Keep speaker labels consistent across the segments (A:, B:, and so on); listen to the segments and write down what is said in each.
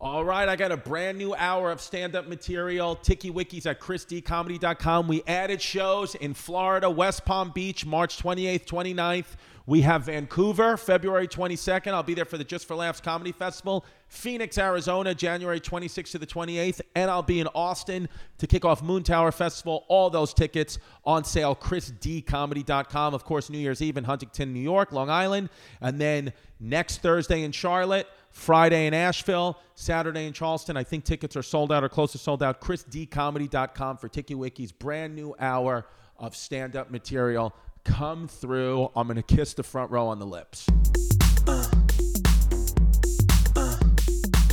A: All right, I got a brand new hour of stand up material. Tiki Wikis at ChristyComedy.com. We added shows in Florida, West Palm Beach, March 28th, 29th. We have Vancouver, February 22nd. I'll be there for the Just for Laughs Comedy Festival. Phoenix, Arizona, January 26th to the 28th. And I'll be in Austin to kick off Moon Tower Festival. All those tickets on sale, chrisdcomedy.com. Of course, New Year's Eve in Huntington, New York, Long Island. And then next Thursday in Charlotte. Friday in Asheville, Saturday in Charleston. I think tickets are sold out or close to sold out. ChrisDComedy.com for Tiki Wiki's brand new hour of stand up material. Come through. I'm going to kiss the front row on the lips.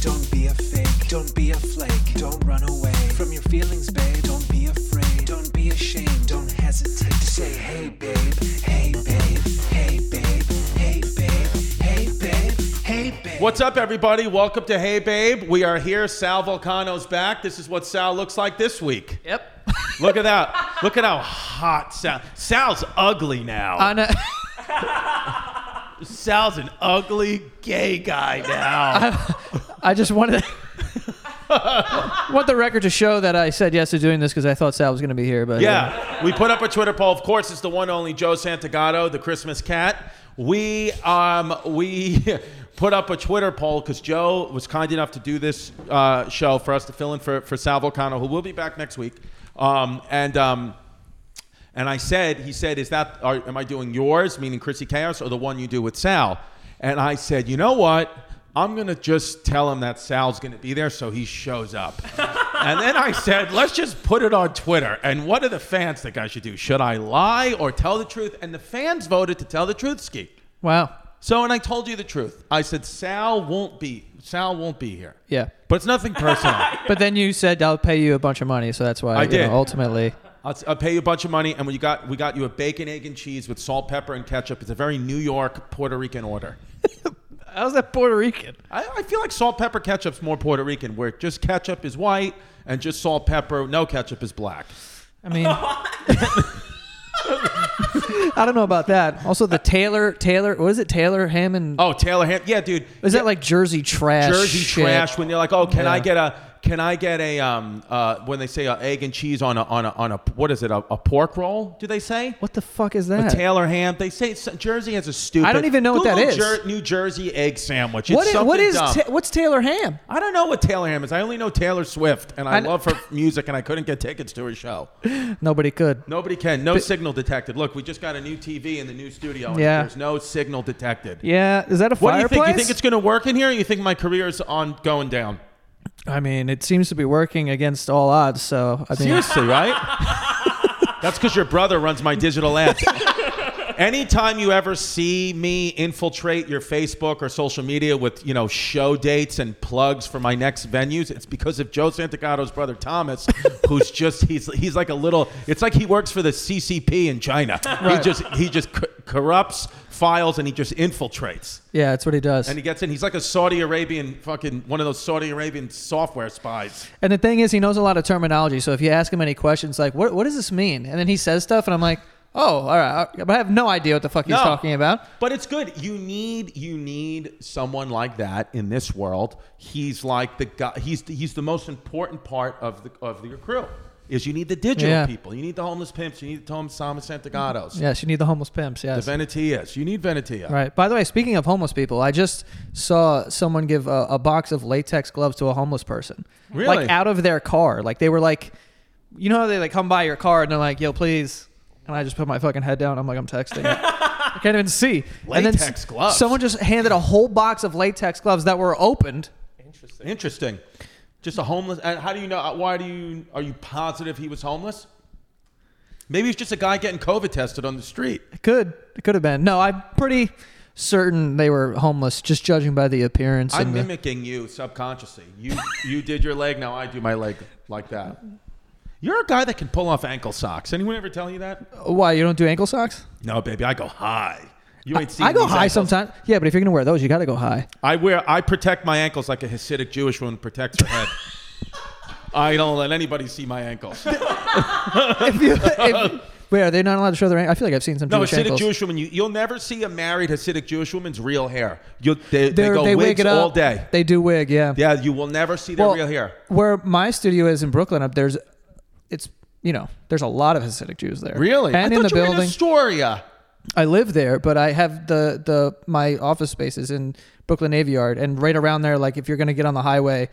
B: Don't be a fake, don't be a flake, don't run away from your feelings, babe. Don't be afraid, don't be ashamed, don't hesitate to say, hey, babe, hey, babe, hey, babe, hey, babe, hey, babe, hey, babe.
A: What's up, everybody? Welcome to Hey Babe. We are here. Sal Volcano's back. This is what Sal looks like this week.
C: Yep.
A: Look at that. Look at how hot Sal. Sal's ugly now.
C: I know.
A: Sal's an ugly gay guy now.
C: I just wanted want the record to show that I said yes to doing this because I thought Sal was going to be here. But uh,
A: Yeah, we put up a Twitter poll. Of course, it's the one and only Joe Santagato, the Christmas cat. We um we put up a Twitter poll because Joe was kind enough to do this uh, show for us to fill in for for Sal Volcano, who will be back next week. Um and um. And I said, he said, is that, are, am I doing yours, meaning Chrissy Chaos, or the one you do with Sal? And I said, you know what? I'm going to just tell him that Sal's going to be there so he shows up. and then I said, let's just put it on Twitter. And what do the fans think I should do? Should I lie or tell the truth? And the fans voted to tell the truth, Ski.
C: Wow.
A: So, and I told you the truth. I said, Sal won't be, Sal won't be here.
C: Yeah.
A: But it's nothing personal.
C: But then you said I'll pay you a bunch of money, so that's why
A: I
C: you
A: did.
C: Know, ultimately.
A: I'll, I'll pay you a bunch of money, and we got we got you a bacon, egg, and cheese with salt, pepper, and ketchup. It's a very New York Puerto Rican order.
C: How's that Puerto Rican?
A: I, I feel like salt, pepper, ketchup's more Puerto Rican, where just ketchup is white and just salt, pepper, no ketchup is black.
C: I mean. I don't know about that. Also, the Taylor Taylor, what is it? Taylor Hammond.
A: Oh, Taylor Ham, yeah, dude,
C: is that like Jersey trash?
A: Jersey
C: shit?
A: trash. When they're like, oh, can I
C: Yeah.
A: get a can I get a um uh when they say uh, egg and cheese on a on a on a what is it a, a pork roll? Do they say?
C: What the fuck is that?
A: A Taylor ham. They say it's, Jersey has a stupid.
C: I don't even know what that
A: Google
C: is.
A: Jer- New Jersey egg sandwich. It's
C: What is, what
A: something
C: is
A: dumb.
C: ta- what's Taylor Ham?
A: I don't know what Taylor Ham is. I only know Taylor Swift, and I,
C: I kn-
A: love her music, and I couldn't get tickets to her show.
C: Nobody could.
A: Nobody can. No signal detected. Look, we just got a new TV in the new studio, and
C: Yeah.
A: there's no signal detected.
C: Yeah, is that a
A: What
C: fireplace?
A: do you think? You think it's going to work in here? Or you think my career's on going down?
C: I mean, it seems to be working against all odds. So I mean,
A: Seriously, right? That's because your brother runs my digital ads. Anytime you ever see me infiltrate your Facebook or social media with, you know, show dates and plugs for my next venues, it's because of Joe Santagato's brother Thomas, who's just he's he's like a little. It's like he works for the CCP in China. He
C: Right.
A: just he just c- corrupts files and he just infiltrates
C: yeah, that's what he does.
A: and
C: And,
A: he gets in. He's like a Saudi Arabian fucking one of those Saudi Arabian software spies.
C: the thing is, he knows a lot of terminology. So if you ask him any questions, like what what does this mean, and then he says stuff, and I'm like, oh, all right, all right," but I have no idea what the fuck he's
A: No.
C: talking about.
A: But it's good. You need you need someone like that in this world. He's like the guy. He's he's the most important part of the of your crew. Is you need the digital
C: Yeah.
A: people. You need the homeless pimps. You need the homeless Thomas Santagatos.
C: Yes, you need the homeless pimps.
A: The
C: Yes.
A: Venetillas. You need Venetia.
C: Right. By the way, speaking of homeless people, I just saw someone give a, a box of latex gloves to a homeless person.
A: Really?
C: Like out of their car. Like they were like, you know how they like come by your car and they're like, "Yo, please," and I just put my fucking head down. I'm like, I'm texting. I can't even see. and then s-
A: Latex gloves.
C: Someone just handed a whole box of latex gloves that were opened.
A: Interesting. Just a homeless. And how do you know? uh, Why do you? Are you positive he was homeless? Maybe he's just a guy getting COVID tested on the street.
C: It could. It could have been. No, I'm pretty certain they were homeless, just judging by the appearance.
A: I'm
C: and the-
A: mimicking you subconsciously. You you did your leg, now I do my leg like that. You're a guy that can pull off ankle socks. Anyone ever tell you that?
C: why you don't do ankle socks?
A: No, baby, I go high. You ain't seen
C: I go
A: these
C: high
A: ankles.
C: sometimes. Yeah, but if you're gonna wear those, you got to go high.
A: I wear I protect my ankles like a Hasidic Jewish woman protects her head. I don't let anybody see my ankles.
C: if you if, Wait, are they not allowed to show their? ang- I feel like I've seen some
A: No,
C: Jewish
A: Hasidic
C: ankles.
A: Jewish woman. You, you'll never see a married Hasidic Jewish woman's real hair. You, they, they
C: They're-
A: go
C: they
A: wigs
C: wig it up
A: all day.
C: They do wig, yeah.
A: yeah, you will never see their
C: Well,
A: real hair.
C: Where my studio is in Brooklyn, up there's, it's you know, there's a lot of Hasidic Jews there.
A: Really?
C: And
A: I
C: in
A: thought
C: the
A: you were in
C: building,
A: Astoria.
C: I live there, but I have the the my office space is in Brooklyn Navy Yard, and right around there, like if you're gonna get on the highway,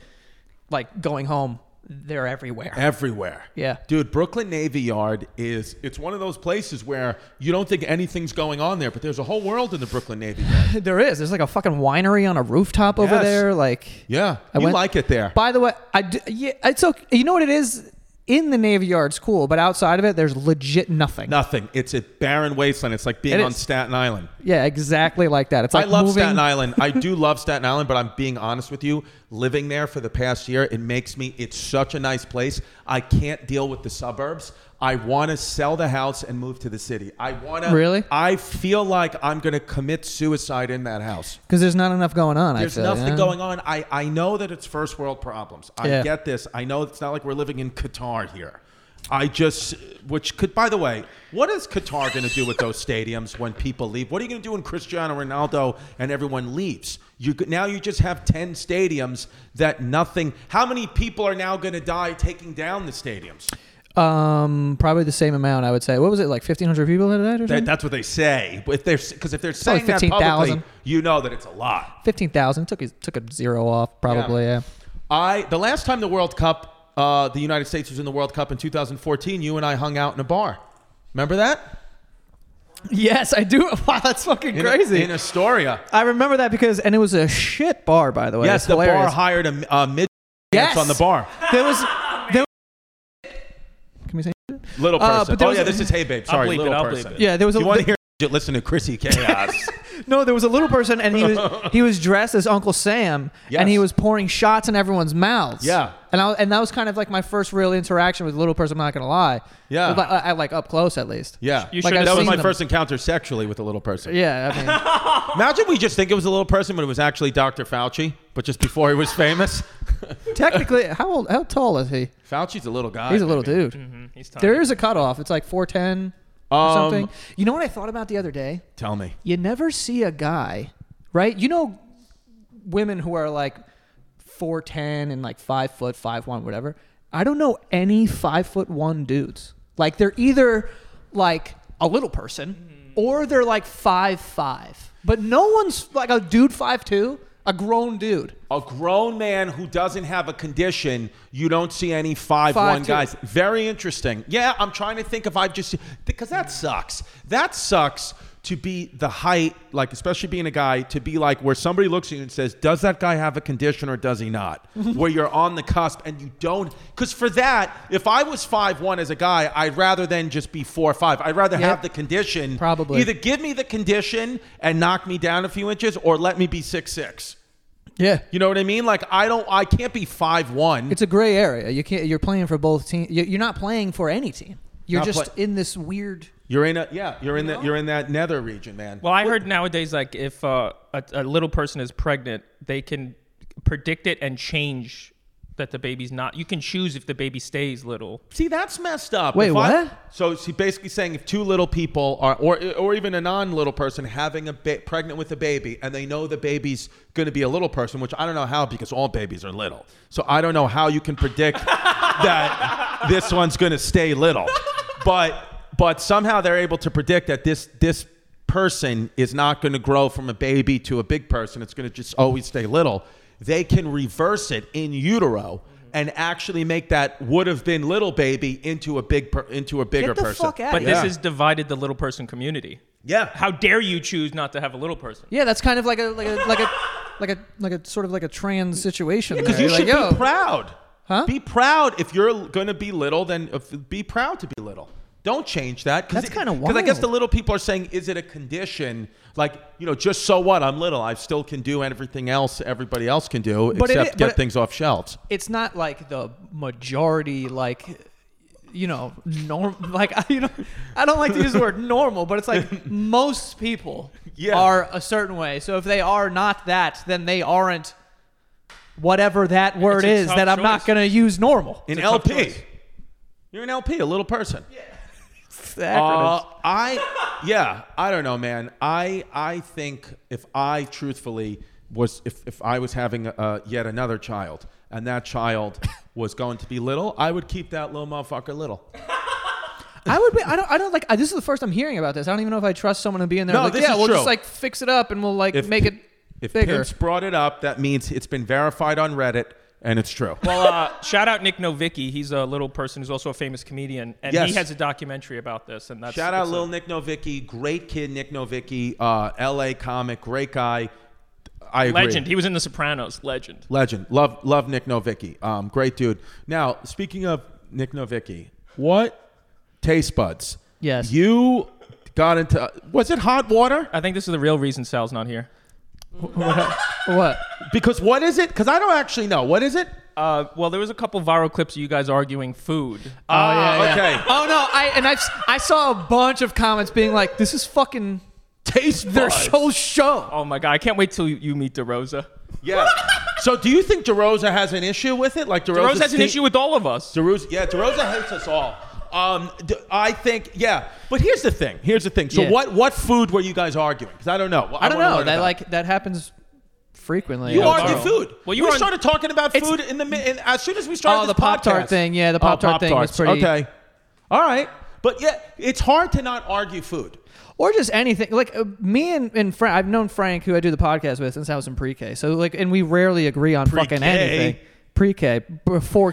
C: like going home, they're everywhere.
A: Everywhere.
C: Yeah.
A: Dude, Brooklyn Navy Yard is it's one of those places where you don't think anything's going on there, but there's a whole world in the Brooklyn Navy Yard.
C: There is. There's like a fucking winery on a rooftop over
A: Yes.
C: there. Like,
A: Yeah.
C: I
A: you
C: went-
A: like it there.
C: By the way, I d- yeah, it's okay. You know what it is in the Navy Yard's cool, but outside of it, there's legit nothing.
A: Nothing. It's a barren wasteland. It's like being
C: It
A: on
C: is.
A: Staten Island.
C: Yeah, exactly like that. It's
A: I
C: like
A: love
C: moving,
A: Staten Island. I do love Staten Island, but I'm being honest with you. Living there for the past year, it makes me, it's such a nice place. I can't deal with the suburbs. I want to sell the house and move to the city. I want to.
C: Really?
A: I feel like I'm going to commit suicide in that house.
C: because there's not enough going on.
A: There's
C: I feel,
A: nothing
C: yeah.
A: going on. I, I know that it's first world problems. I
C: Yeah.
A: get this. I know it's not like we're living in Qatar here. I just, which could, by the way, what is Qatar going to do with those stadiums when people leave? What are you going to do when Cristiano Ronaldo and everyone leaves? You could- now you just have ten stadiums that nothing. How many people are now going to die taking down the stadiums?
C: Um, probably the same amount. I would say. What was it like? Fifteen hundred people had died or
A: That,
C: something.
A: that's what they say. If they're because if they're saying that
C: 15,000.
A: publicly, you know that it's a lot.
C: Fifteen thousand. Took a, took a zero off. Probably. Yeah.
A: I the last time the World Cup, uh, the United States was in the World Cup in 2014. You and I hung out in a bar. Remember that?
C: Yes, I do. Wow, that's fucking
A: In-
C: crazy.
A: in Astoria.
C: I remember that because, and it was a shit bar, by the way.
A: yes,
C: It's
A: the bar
C: hilarious.
A: hired a, a mid
C: Yes.
A: on the bar.
C: There was. There can we say?
A: Little
C: Uh,
A: person.
C: but there
A: oh
C: was
A: yeah,
C: a-
A: this is hey babe. Sorry,
D: bleep it,
A: little
D: I'll bleep
A: person.
D: it.
C: Yeah, there was
A: If
C: a.
A: you want to hear shit? Listen to Chrissy Chaos.
C: No, there was a little person, and he was he was dressed as Uncle Sam,
A: Yes.
C: and he was pouring shots in everyone's mouths.
A: Yeah.
C: and I and that was kind of like my first real interaction with a little person. I'm not gonna lie.
A: Yeah.
C: but I, I like up close at least.
A: yeah,
D: You
C: Like,
D: should
C: I've
A: that was
C: seen
A: my
C: them.
A: first encounter sexually with a little person.
C: Yeah, I mean,
A: Imagine we just think it was a little person, but it was actually Dr. Fauci. But just before he was famous,
C: technically, how old? How tall is he?
A: Fauci's a little guy.
C: He's a little
A: baby.
C: dude.
D: Mhm, he's tiny.
C: There is a cutoff. It's like four ten or
A: Um,
C: something. You know what I thought about the other day?
A: Tell me.
C: you never see a guy, right? You know, women who are like four ten and like five foot five one, whatever. I don't know any five foot one dudes. Like they're either like a little person
A: Mm-hmm.
C: or they're like five five. But no one's like a dude five two, a grown dude.
A: A grown man who doesn't have a condition, you don't see any five, one
C: 5'2".
A: guys. Very interesting. Yeah, I'm trying to think if I've just because that sucks. That sucks to be the height, like especially being a guy, to be like where somebody looks at you and says, "Does that guy have a condition or does he not?" where you're on the cusp and you don't. Because for that, if I was five one as a guy, I'd rather than just be four five. I'd rather
C: Yeah.
A: have the condition.
C: Probably.
A: either give me the condition and knock me down a few inches, or let me be six six.
C: Yeah.
A: You know what I mean? Like I don't, I can't be five one.
C: It's a gray area. You can't. You're playing for both teams. You're not playing for any team. You're
A: Not
C: just
A: play-
C: in this weird.
A: You're in a yeah. You're in that. You're in that nether region, man.
D: Well, I heard nowadays, like if uh, a, a little person is pregnant, they can predict it and change that the baby's not. You can choose if the baby stays little.
A: see, that's messed up.
C: Wait,
A: If I-
C: what?
A: so she's basically saying if two little people are, or or even a non-little person having a ba- pregnant with a baby, and they know the baby's going to be a little person, which I don't know how because all babies are little. So I don't know how you can predict that this one's going to stay little, but but somehow they're able to predict that this this person is not going to grow from a baby to a big person. It's going to just always stay little. They can reverse it in utero
C: Mm-hmm.
A: and actually make that would have been little baby into a big per, into a bigger
C: the
A: person.
C: fuck outta
D: But
C: Yeah.
D: this has divided the little person community.
A: yeah.
D: How dare you choose not to have a little person?
C: Yeah, that's kind of like a like a like a like a like a sort of like a trans situation.
A: because
C: there.
A: you
C: You're
A: should
C: like, yo,
A: be proud. Huh? Be proud if you're going to be little. Then if, be proud to be little. Don't change that.
C: That's kinda
A: Because I guess
C: wild.
A: the little people are saying, is it a condition? Like you know, just so what? I'm little. I still can do everything else everybody else can do,
C: But it
A: except
C: i- but
A: get
C: it-
A: things off shelves.
C: It's not like the majority, like you know, norm. Like I, you know, I don't like to use the word normal, but it's like most people
A: Yeah.
C: are a certain way. So if they are not that, then they aren't whatever that word
D: a
C: is
D: tough
C: that I'm not
D: choice.
C: going to use normal.
A: An
D: a tough
A: LP.
D: choice.
A: You're an LP, a little person. Uh,
C: Acronyms.
A: I yeah, I don't know, man. I I think if I truthfully was if, if I was having uh, yet another child and that child was going to be little, I would keep that little motherfucker little.
C: I would be. I don't. I don't like. I, this is the first I'm hearing about this. I don't even know if I trust someone to be in there.
A: No,
C: like,
A: this
C: yeah,
A: is
C: we'll
A: true.
C: just like fix it up and we'll like
A: If
C: make it
A: if
C: bigger.
A: Pimps brought it up, that means it's been verified on Reddit and it's true.
D: Well, uh, shout out Nick Novicki. He's a little person who's also a famous comedian, and
A: Yes.
D: he has a documentary about this. And that's
A: Shout out
D: it's a-
A: Lil Nick Novicki, great kid Nick Novicki, uh, L.A. comic, great guy. I agree.
D: legend. He was in The Sopranos. Legend.
A: Legend. Love love Nick Novicki. Um, great dude. Now, speaking of Nick Novicki, what taste buds?
C: Yes.
A: You got into was it hot water?
D: I think this is the real reason Sal's not here.
C: what? Oh,
A: Because what is it? Because I don't actually know. What is it?
D: Uh, well, there was a couple viral clips of you guys arguing food.
A: Ah, okay.
C: Oh no! I and I have I saw a bunch of comments being like, "This is fucking
A: Taste buds.
C: their whole show."
D: oh my god, I can't wait till you meet DeRosa.
A: Yeah. so do you think DeRosa has an issue with it? Like DeRosa
D: DeRosa has an issue with all of us.
A: DeRosa, yeah, DeRosa hates us all. Um, d- I think, yeah. But here's the thing. Here's the thing. So
C: Yeah.
A: what what food were you guys arguing? Because I don't know.
C: I don't
A: wanna
C: know.
A: learn
C: That
A: about it.
C: like that happens frequently.
A: You
C: Yeah.
A: argue
D: viral.
A: food.
D: Well, you
A: we
D: were on-
A: started talking about
C: It's-
A: food in the mi- in, as soon as we started.
C: Oh, the
A: this
C: Pop Tart
A: podcast.
C: thing. Yeah, the Pop Tart thing was
A: Oh, Pop-Tarts.
C: pretty-
A: Okay, all right, but yeah, it's hard to not argue food.
C: or just anything. Like uh, me and, and Frank, I've known Frank, who I do the podcast with, since I was in pre-K. So like, and we rarely agree on fucking
A: Pre-K?
C: anything. Pre-K before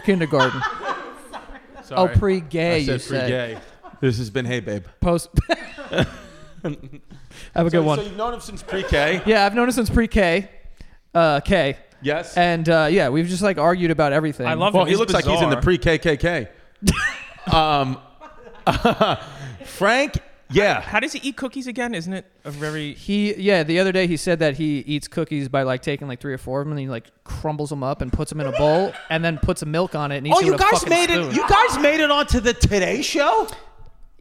C: kindergarten. oh,
D: Sorry.
C: pre-gay.
A: I
C: you
A: said
C: said
A: free gay. This has been hey babe.
C: post. Have a good one.
A: So you've known him since pre-K.
C: yeah, I've known him since pre-K. Uh, K.
A: Yes.
C: And uh, yeah, we've just like argued about everything.
D: I love
A: well,
D: him.
A: he looks like he's in the
D: bizarre.
A: pre-KKK. um, Frank. Yeah.
D: How does he eat cookies again? Isn't it a very
C: He yeah, the other day he said that he eats cookies by like taking like three or four of them and he like crumbles them up and puts them in a bowl and then puts milk on it and eats
A: Oh,
C: it
A: you
C: with a
A: guys
C: fucking
A: made
C: spoon.
A: it. You guys made it onto the Today Show.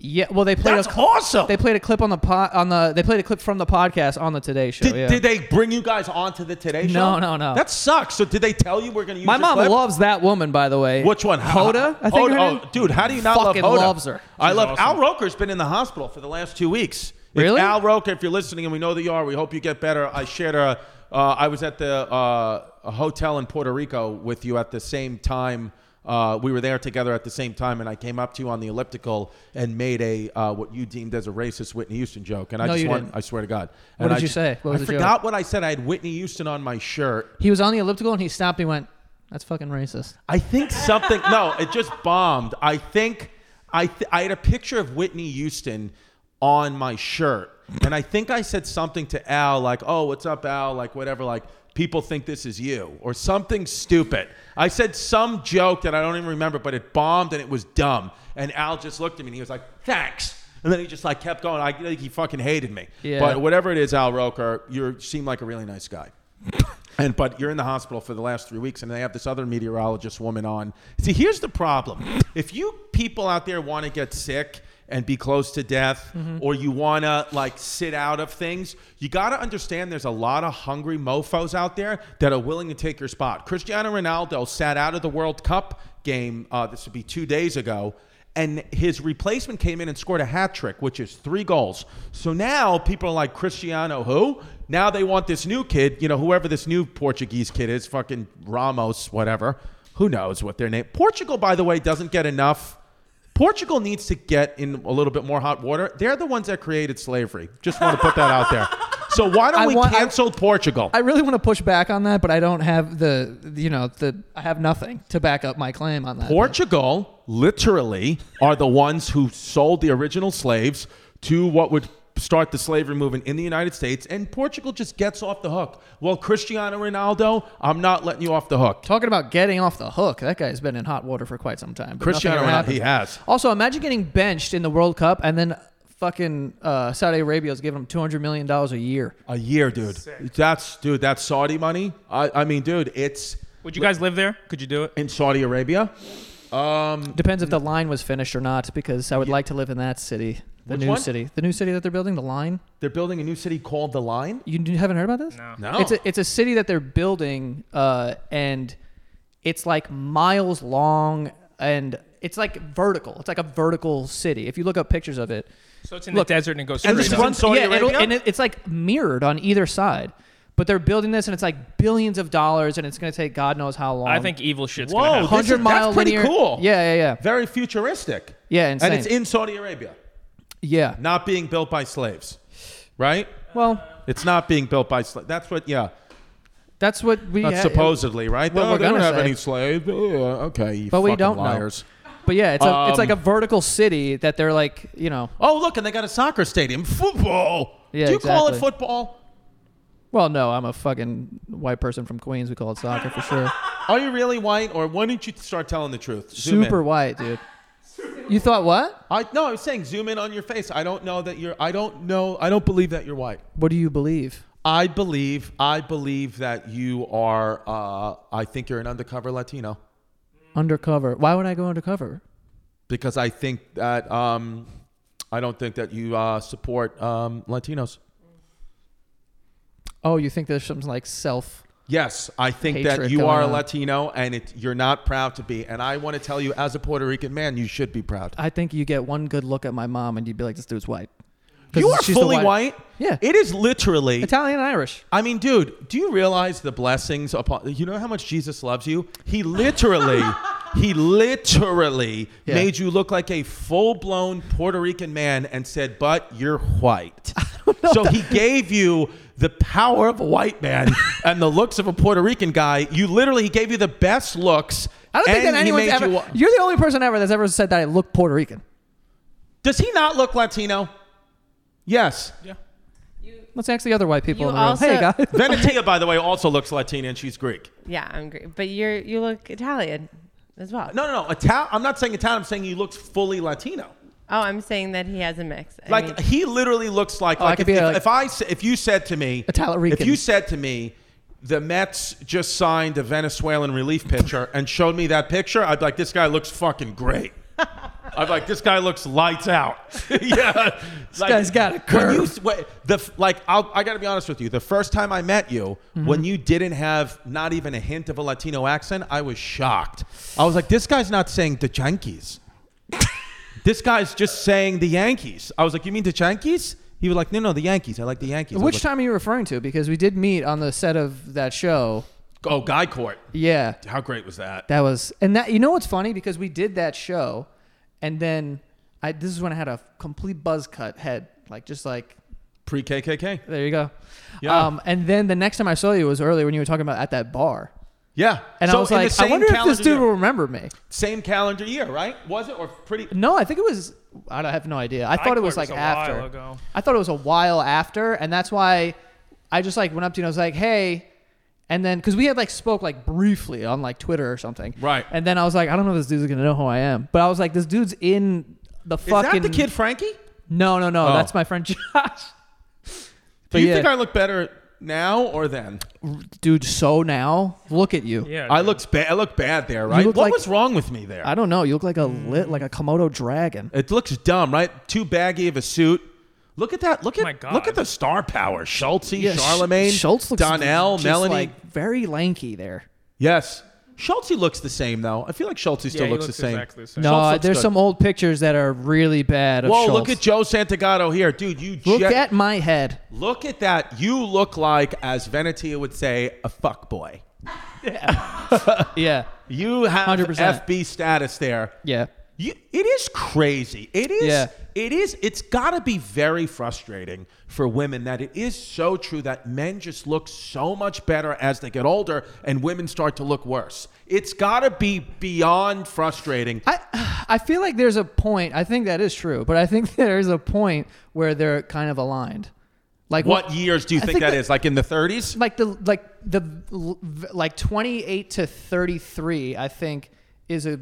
C: yeah, well they played
A: That's
C: a
A: awesome.
C: they played a clip on the po- on the they played a clip from the podcast on the Today Show.
A: Did,
C: yeah.
A: did they bring you guys onto the Today Show?
C: No, no, no.
A: That sucks. So did they tell you we're going to use
C: My
A: your
C: mom
A: clip?
C: loves that woman by the way.
A: Which one?
C: Hoda, I think.
A: Hoda-
C: her name?
A: oh, dude, how do you not
C: Fucking
A: love Hoda?
C: loves her.
A: I
D: She's
A: love
D: awesome.
A: Al Roker's been in the hospital for the last two weeks. If
C: Really?
A: Al Roker, if you're listening, and we know that you are, we hope you get better. I shared a. Uh, I was at the uh, a hotel in Puerto Rico with you at the same time. Uh, we were there together at the same time, and I came up to you on the elliptical and made a uh, what you deemed as a racist Whitney Houston joke. And I
C: No,
A: just
C: you
A: want,
C: didn't.
A: I swear to God.
C: What
A: And
C: did
A: I
C: you
A: just-
C: say? What was
A: I
C: the joke?
A: forgot what I said. I had Whitney Houston on my shirt,
C: He was on the elliptical and he stopped and he went, That's fucking racist.
A: I think something. no, it just bombed. I think I th- I had a picture of Whitney Houston on my shirt, and I think I said something to Al like, "Oh, what's up, Al?" Like whatever, like people think this is you or something stupid. I said some joke that I don't even remember, but it bombed and it was dumb. And Al just looked at me and he was like, "Thanks." And then he just like kept going. I think he fucking hated me.
C: Yeah.
A: But whatever it is, Al Roker, you seem like a really nice guy. And but you're in the hospital for the last three weeks, and they have this other meteorologist woman on. See, here's the problem: if you people out there want to get sick and be close to death, or you want to like sit out of things, you got to understand there's a lot of hungry mofo's out there that are willing to take your spot. Cristiano Ronaldo sat out of the World Cup game. Uh, this would be two days ago. And his replacement came in and scored a hat trick, which is three goals. So now people are like, Cristiano, who? Now they want this new kid, you know, whoever this new Portuguese kid is, fucking Ramos, whatever. Who knows what their name? Portugal, by the way, doesn't get enough. Portugal needs to get in a little bit more hot water. They're the ones that created slavery. Just want to put that out there. So why don't
C: I
A: we
C: want- I-
A: cancel Portugal?
C: I really want to push back on that, but I don't have the you know, the I have nothing to back up my claim on that.
A: Portugal literally are the ones who sold the original slaves to what would start the slavery movement in the United States, and Portugal just gets off the hook. Well, Cristiano Ronaldo, I'm not letting you off the hook.
C: Talking about getting off the hook, that guy's been in hot water for quite some time. but
A: Cristiano
C: nothing ever
A: Ronaldo,
C: happens.
A: he has.
C: Also, imagine getting benched in the World Cup and then fucking uh, Saudi Arabia's giving him two hundred million dollars a year.
A: A year, dude. That's dude. That's Saudi money. I, I mean, dude, it's
D: Would you guys live there? Could you do it?
A: in Saudi Arabia.
C: Depends if the line was finished or not, because I would like to live in that city, the
A: Which
C: new
A: one?
C: city, the new city that they're building, the line.
A: They're building a new city called the Line.
C: You d- haven't heard about this?
D: No.
A: No,
C: It's a it's a city that they're building, uh, and it's like miles long, and It's like vertical. It's like a vertical city. If you look up pictures of it,
D: So it's in
C: Look,
D: the desert and it goes
A: and
D: straight
A: this
C: it's
A: is
D: up.
A: one- Saudi
C: yeah, it'll-
A: Arabia?
C: and it, it's like mirrored on either side. But they're building this, and it's like billions of dollars, and it's going to take God knows how long.
D: I think evil shit's
A: Whoa,
D: gonna happen.
A: this is-
C: hundred mile
A: that's pretty
C: linear.
A: cool.
C: Yeah, yeah, yeah,
A: Very futuristic.
C: yeah. Insane.
A: And it's in Saudi Arabia,
C: yeah.
A: not being built by slaves, right?
C: Well,
A: It's not being built by slaves. That's what, yeah.
C: that's what we.
A: That's
C: ha-
A: supposedly, right?
C: Well,
A: No,
C: we're
A: they don't
C: gonna
A: have
C: say-
A: any slaves. Yeah, okay, you
C: But we
A: fucking
C: don't know.
A: liars.
C: But yeah, it's a, it's like a
A: Um,
C: vertical city that they're like, you know.
A: Oh, look, and they got a soccer stadium. Football.
C: Yeah,
A: Do you call it
C: exactly.
A: football?
C: Well, no, I'm a fucking white person from Queens. We call it soccer for sure.
A: Are you really white, or why didn't you start telling the truth? Zoom
C: Super
A: In.
C: white, dude. You thought what?
A: I no, I was saying zoom in on your face. I don't know that you're. I don't know. I don't believe that you're white.
C: What do you believe?
A: I believe. I believe that you are. Uh, I think you're an undercover Latino
C: Undercover. Why would I go undercover?
A: because I think that. Um, I don't think that you uh, support um, Latinos.
C: Oh, you think there's some like self?
A: Yes, I think that
C: Hatred
A: you
C: going
A: are a
C: on.
A: Latino and it, you're not proud to be. And I want to tell you, as a Puerto Rican man, you should be proud.
C: I think you get one good look at my mom and you'd be like, this dude's white. 'Cause
A: You are
C: she's the
A: fully white.
C: Yeah.
A: It is literally.
C: Italian and Irish.
A: I mean, dude, do you realize the blessings upon you know how much Jesus loves you? He literally he literally
C: Yeah.
A: made you look like a full-blown Puerto Rican man and said, "But you're white." So he gave you the power of a white man and the looks of a Puerto Rican guy. You literally he gave you the best looks.
C: I don't think
A: and
C: that
A: he
C: anyone's
A: made
C: ever.
A: you-
C: You, are the only person ever that's ever said that I look Puerto Rican.
A: Does he not look Latino? Yes.
C: Let's ask the other white people
E: You
C: in the room.
E: also-
C: hey, guys.
A: Venetia, by the way, also looks Latina and she's Greek.
E: Yeah, I'm great. But you're you look Italian as well.
A: No, no, no. Ital- I'm not saying Italian. I'm saying he looks fully Latino.
E: Oh, I'm saying that he has a mix. I
A: Like
E: mean,
A: he literally looks like.
C: Oh, I
A: like,
C: could
A: if,
C: be
A: if,
C: like-
A: if I s- if you said to me
C: Italian.
A: if you said to me the Mets just signed a Venezuelan relief pitcher and showed me that picture, I'd be like, this guy looks fucking great. I'd be like, this guy looks lights out. yeah, this
C: guy's got a
A: When you,
C: curve.
A: s- wh- the f- like, I'll, I got to be honest with you. The first time I met you,
C: Mm-hmm.
A: when you didn't have not even a hint of a Latino accent, I was shocked. I was like, this guy's not saying the Yankees. this guy's just saying the Yankees. I was like, you mean the Yankees? He was like, no, no, the Yankees. I like the Yankees. I was
C: Which
A: like,
C: time are you referring to? Because we did meet on the set of that show.
A: Oh, Guy Court.
C: Yeah.
A: How great was that?
C: That was and that you know what's funny because we did that show, and then I this is when I had a complete buzz cut head like just like
A: Pre KKK.
C: there you go,
A: Yeah.
C: Um, and then the next time I saw you was earlier when you were talking about at that bar,
A: Yeah.
C: and
A: So
C: I was
A: in the
C: like, I
A: same
C: wonder if this
A: calendar
C: dude
A: year-
C: will remember me.
A: same calendar year, right? Was it or pretty?
C: No, I think it was. I don't I have no idea. I thought it was like
D: Court was a while
C: after.
D: ago.
C: I thought it was a while after, and that's why I just like went up to you and I was like, hey. And then, because we had like spoke like briefly on like Twitter or something,
A: Right.
C: And then I was like, I don't know if this dude's gonna know who I am, but I was like, this dude's in the
A: Is
C: fucking.
A: that the kid Frankie?
C: No, no, no.
A: Oh.
C: That's my friend Josh.
A: Do
C: But
A: you
C: yeah.
A: think I look better now or then?
C: Dude, so now look at you.
D: Yeah,
A: I
D: dude.
A: looked bad. I look bad there, right?
C: look
A: What
C: like-
A: was wrong with me there?
C: I don't know. You look like a lit, like a Komodo dragon.
A: it looks dumb, right? Too baggy of a suit. Look at that. Look at
D: My God.
A: look at the star power. Schultze,
C: Yeah, Sch-
A: Charlemagne,
C: Schultz looks
A: Donnell,
C: just,
A: Melanie.
C: like very lanky there.
A: yes. Schultze looks the same though. I feel like Schultze
D: Yeah,
A: still
D: he
A: looks,
D: looks
A: the same.
D: exactly the same.
C: No,
A: Schultz looks
C: there's
A: good.
C: some old pictures that are really bad. Of
A: Whoa,
C: Schultz.
A: look at Joe Santagato here, dude. You
C: Look
A: jet-
C: at my head.
A: Look at that. You look like, as Venetia would say, a fuck boy.
C: Yeah,
A: You have
C: 100%.
A: FB status there.
C: yeah.
A: You, it is crazy. It is.
C: Yeah.
A: It is. It's got to be very frustrating for women that it is so true that men just look so much better as they get older, and women start to look worse. It's got to be beyond frustrating.
C: I I feel like there's a point. I think that is true, but I think there's a point where they're kind of aligned. Like
A: what years do you
C: I
A: think,
C: think
A: that
C: that-
A: is? Like in the 30s?
C: like the like the like 28 to 33 i think is a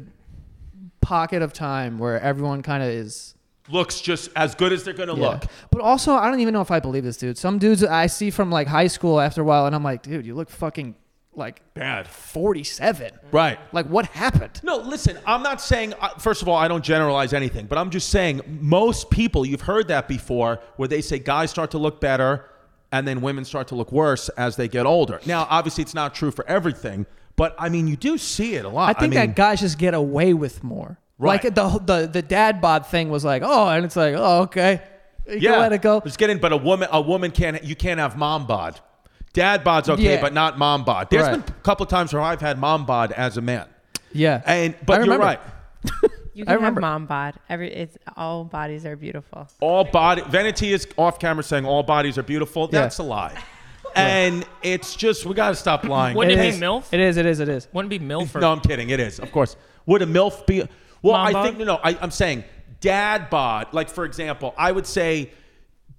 C: pocket of time where everyone kind of is
A: Looks just as good as they're going to
C: yeah.
A: look.
C: but also i don't even know if i believe this dude some dudes i see from like high school after a while and i'm like dude you look fucking like
A: Bad.
C: 47
A: Right.
C: like what happened
A: No, listen, I'm not saying, uh, first of all, I don't generalize anything, but I'm just saying most people, you've heard that before, where they say guys start to look better and then women start to look worse as they get older. Now, obviously, it's not true for everything, but I mean, you do see it a lot.
C: i think
A: mean,
C: that guys just get away with more
A: Right.
C: Like the the the dad bod thing was like, oh, and it's like, oh, okay, you can let it go.
A: It's getting, but a woman, a woman can't. You can't have mom bod. Dad bod's okay,
C: Yeah.
A: but not mom bod. There's
C: Right.
A: been a couple times where I've had mom bod as a man,
C: Yeah,
A: and
C: I
A: but you're
C: remember.
A: right.
E: You
C: I
E: can have
C: remember.
E: mom bod. Every it's all bodies are beautiful.
A: All body. Vanity is off camera saying all bodies are beautiful.
C: Yeah.
A: That's a lie, and it's just we got to stop lying.
D: Wouldn't it,
C: is.
D: be MILF?
C: It is. It is. It is.
D: Wouldn't it be MILF? Or,
A: No, I'm kidding. It is, of course. Would a MILF be? Well,
D: Mom
A: I
D: bod?
A: think no, no. I, I'm saying dad bod. Like for example, I would say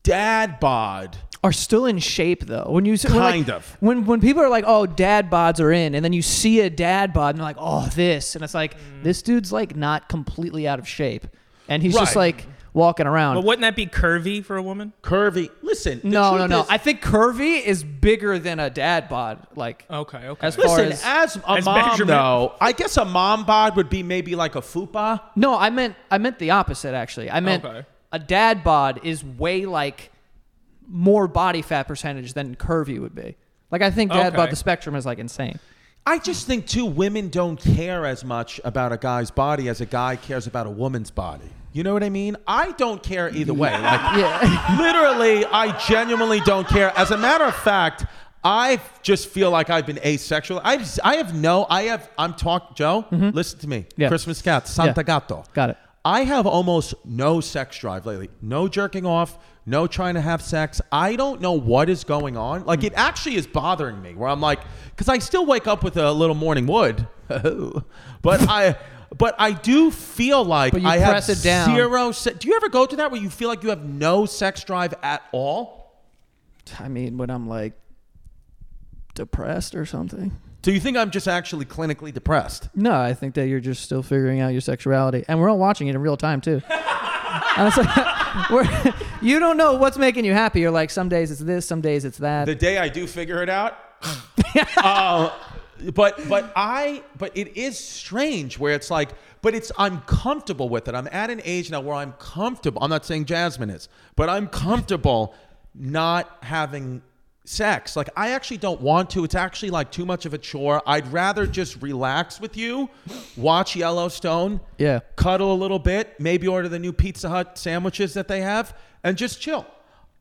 A: dad bod.
C: Are still in shape though. When you s- when, like,
A: Kind of.
C: when when people are like, oh, dad bods are in, and then you see a dad bod and they're like, oh, this, and it's like
A: Mm.
C: this dude's like not completely out of shape, and he's just
A: Right.
C: like walking around.
D: But wouldn't that be curvy for a woman?
A: Curvy. Listen. the
C: no, no,
A: truth
C: no.
A: is-
C: I think curvy is bigger than a dad bod. Like,
D: Okay, okay.
C: As far
A: Listen,
C: as-
A: as a
D: as
A: mom
D: measurement.
A: though, I guess a mom bod would be maybe like a fupa.
C: no, I meant I meant the opposite actually. I meant
D: Okay.
C: a dad bod is way like more body fat percentage than curvy would be. Like, I think dad bod
D: Okay.
C: the spectrum is like insane.
A: I just think too women don't care as much about a guy's body as a guy cares about a woman's body. You know what I mean? I don't care either way. Like
C: Yeah.
A: literally, I genuinely don't care. As a matter of fact, I just feel like I've been asexual. I I have no. I have. I'm talk. Joe, listen to me.
C: Mm-hmm. Yeah.
A: Christmas cat, Santa
C: Yeah.
A: Gato.
C: Got it.
A: I have almost no sex drive lately. No jerking off, no trying to have sex. I don't know what is going on.
C: Mm.
A: Like, it actually is bothering me where I'm like, because I still wake up with a little morning wood, but I. But I do feel like
C: But you
A: I
C: press
A: have
C: it down.
A: zero. Se- do you ever go to that where you feel like you have no sex drive at all?
C: I mean, when I'm like depressed or something.
A: Do you think I'm just actually clinically depressed?
C: No, I think that you're just still figuring out your sexuality, and we're all watching it in real time too. Honestly, we're, you don't know what's making you happy. You're like, some days it's this, some days it's that.
A: the day I do figure it out. uh, but but I but it is strange where it's like but it's I'm comfortable with it. I'm at an age now where I'm comfortable. I'm not saying Jasmine is, but I'm comfortable not having sex. Like I actually don't want to. It's actually like too much of a chore. I'd rather just relax with you, watch Yellowstone,
C: Yeah.
A: cuddle a little bit, maybe order the new Pizza Hut sandwiches that they have, and just chill.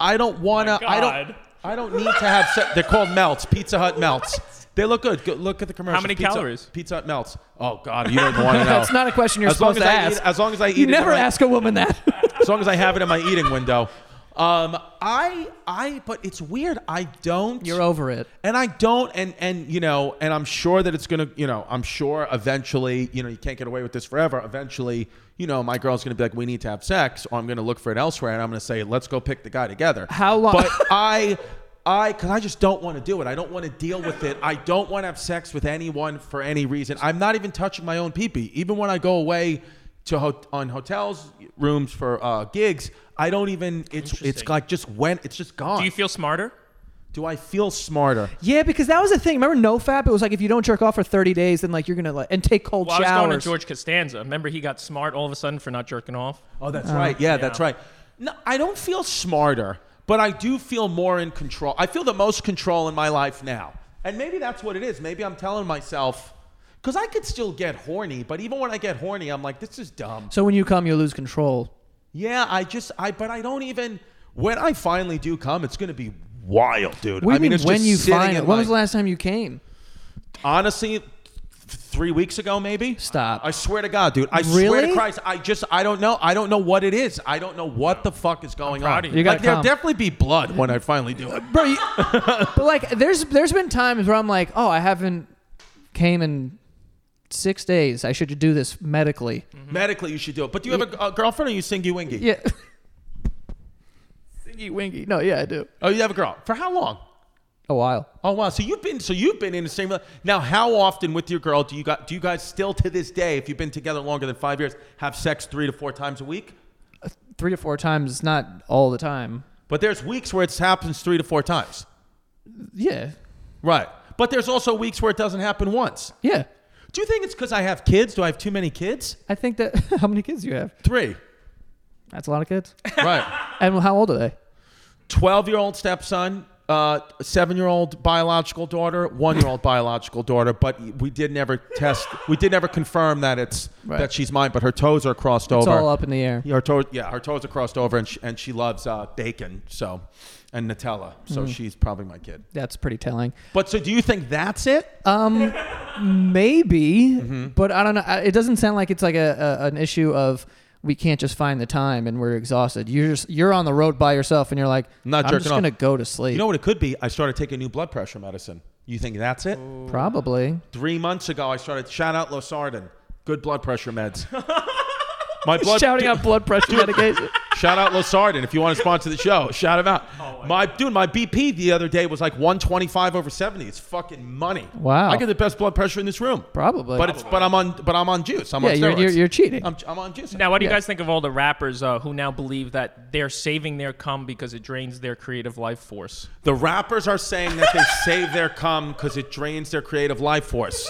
A: I don't want to. I
D: God.
A: don't. I don't need to have. Se- they're called melts. Pizza Hut melts. They look good. Go, look at the commercial.
D: many
A: Pizza,
D: calories?
A: Pizza Hut melts. Oh God, you don't want to know.
C: That's not a question you're
A: As long
C: supposed
A: as
C: to
A: I eat-
C: ask.
A: as long as I eat,
C: you
A: it in
C: never
A: my-
C: ask a woman that.
A: as long as I have it in my eating window. Um, I, I, but it's weird. I don't.
C: you're over it.
A: And I don't, and and you know, and I'm sure that it's gonna, you know, I'm sure eventually, you know, you can't get away with this forever. Eventually, you know, my girl's gonna be like, we need to have sex, or I'm gonna look for it elsewhere, and I'm gonna say, let's go pick the guy together.
C: How long-
A: But I, I, cause I just don't want to do it. I don't want to deal with it. I don't want to have sex with anyone for any reason. I'm not even touching my own peepee, even when I go away to ho- on hotels rooms for uh, gigs. I don't even. It's it's
D: Interesting.
A: like just when it's just gone.
D: Do you feel smarter?
A: Do I feel smarter?
C: Yeah, because that was the thing. Remember NoFap? It was like if you don't jerk off for 30 days, then like you're gonna like and take cold
D: Well, I was
C: showers.
D: going to George Costanza. Remember, he got smart all of a sudden for not jerking off.
A: Oh, that's right. Yeah, that's right. No, I don't feel smarter, but I do feel more in control. I feel the most control in my life now. And maybe that's what it is. Maybe I'm telling myself, because I could still get horny, but even when I get horny, I'm like, this is dumb.
C: so when you come, you lose control.
A: Yeah, I just, I, but I don't even, when I finally do come, it's going to be wild, dude.
C: What do
A: I mean,
C: you
A: it's
C: mean when
A: just
C: you
A: sitting in
C: find it? When was
A: my-
C: the last time you came?
A: honestly th- three weeks ago maybe
C: Stop.
A: i swear to god dude i swear
C: Really?
A: to christ i just i don't know i don't know what it is i don't know what the fuck is going on
D: proud of you.
C: You gotta
A: like there'll
C: come.
A: definitely be blood when i finally do it Mhm.
C: bro. You, but like, there's there's been times where I'm like, oh, I haven't came in six days. I should do this medically.
D: Mm-hmm.
A: medically you should do it but do you have a, a girlfriend or you singy wingy
C: Yeah. Singy wingy. No, yeah, I do.
A: oh you have a girl for how long
C: A while.
A: oh wow so you've been so you've been in the same now how often with your girl do you got do you guys still to this day if you've been together longer than five years have sex three to four times a week
C: Three to four times, not all the time.
A: but there's weeks where it happens three to four times
C: Yeah.
A: right but there's also weeks where it doesn't happen once
C: Yeah.
A: Do you think it's because I have kids? Do I have too many kids?
C: I think that. how many kids do you have?
A: Three.
C: That's a lot of kids.
A: Right.
C: And how old are they?
A: 12 year old stepson, a uh, seven-year-old biological daughter, one-year-old biological daughter, but we did never test. We did never confirm that it's
C: Right.
A: that she's mine. But her toes are crossed
C: It's
A: over.
C: all up in the air.
A: Yeah, her toes. Yeah, her toes are crossed over, and she, and she loves uh, bacon. So, and Nutella.
C: Mm-hmm.
A: So she's probably my kid.
C: That's pretty telling.
A: But so, do you think that's it?
C: Um, maybe,
A: Mm-hmm.
C: but I don't know. I- It doesn't sound like it's like a, a an issue of we can't just find the time and we're exhausted. You're just you're on the road by yourself and you're like,
A: Not
C: I'm
A: jerking
C: just
A: off.
C: gonna go to sleep.
A: You know what it could be? I started taking new blood pressure medicine. You think that's it?
C: Probably.
A: Three months ago, I started. Shout out Losartan. Good blood pressure meds. My blood.
C: Shouting out blood pressure medication.
A: Shout out Losartan if you want to sponsor the show. Shout him out. my dude, my BP the other day was like 125 over 70. It's fucking money.
C: Wow.
A: I get the best blood pressure in this room.
C: Probably.
A: But it's but I'm on but I'm on juice. I'm
C: yeah,
A: on
C: you're,
A: steroids.
C: you're you're cheating.
A: I'm, I'm on juice.
D: Now, what do you
C: Yeah.
D: guys think of all the rappers uh, who now believe that they're saving their cum because it drains their creative life force?
A: the rappers are saying that they save their cum because it drains their creative life force.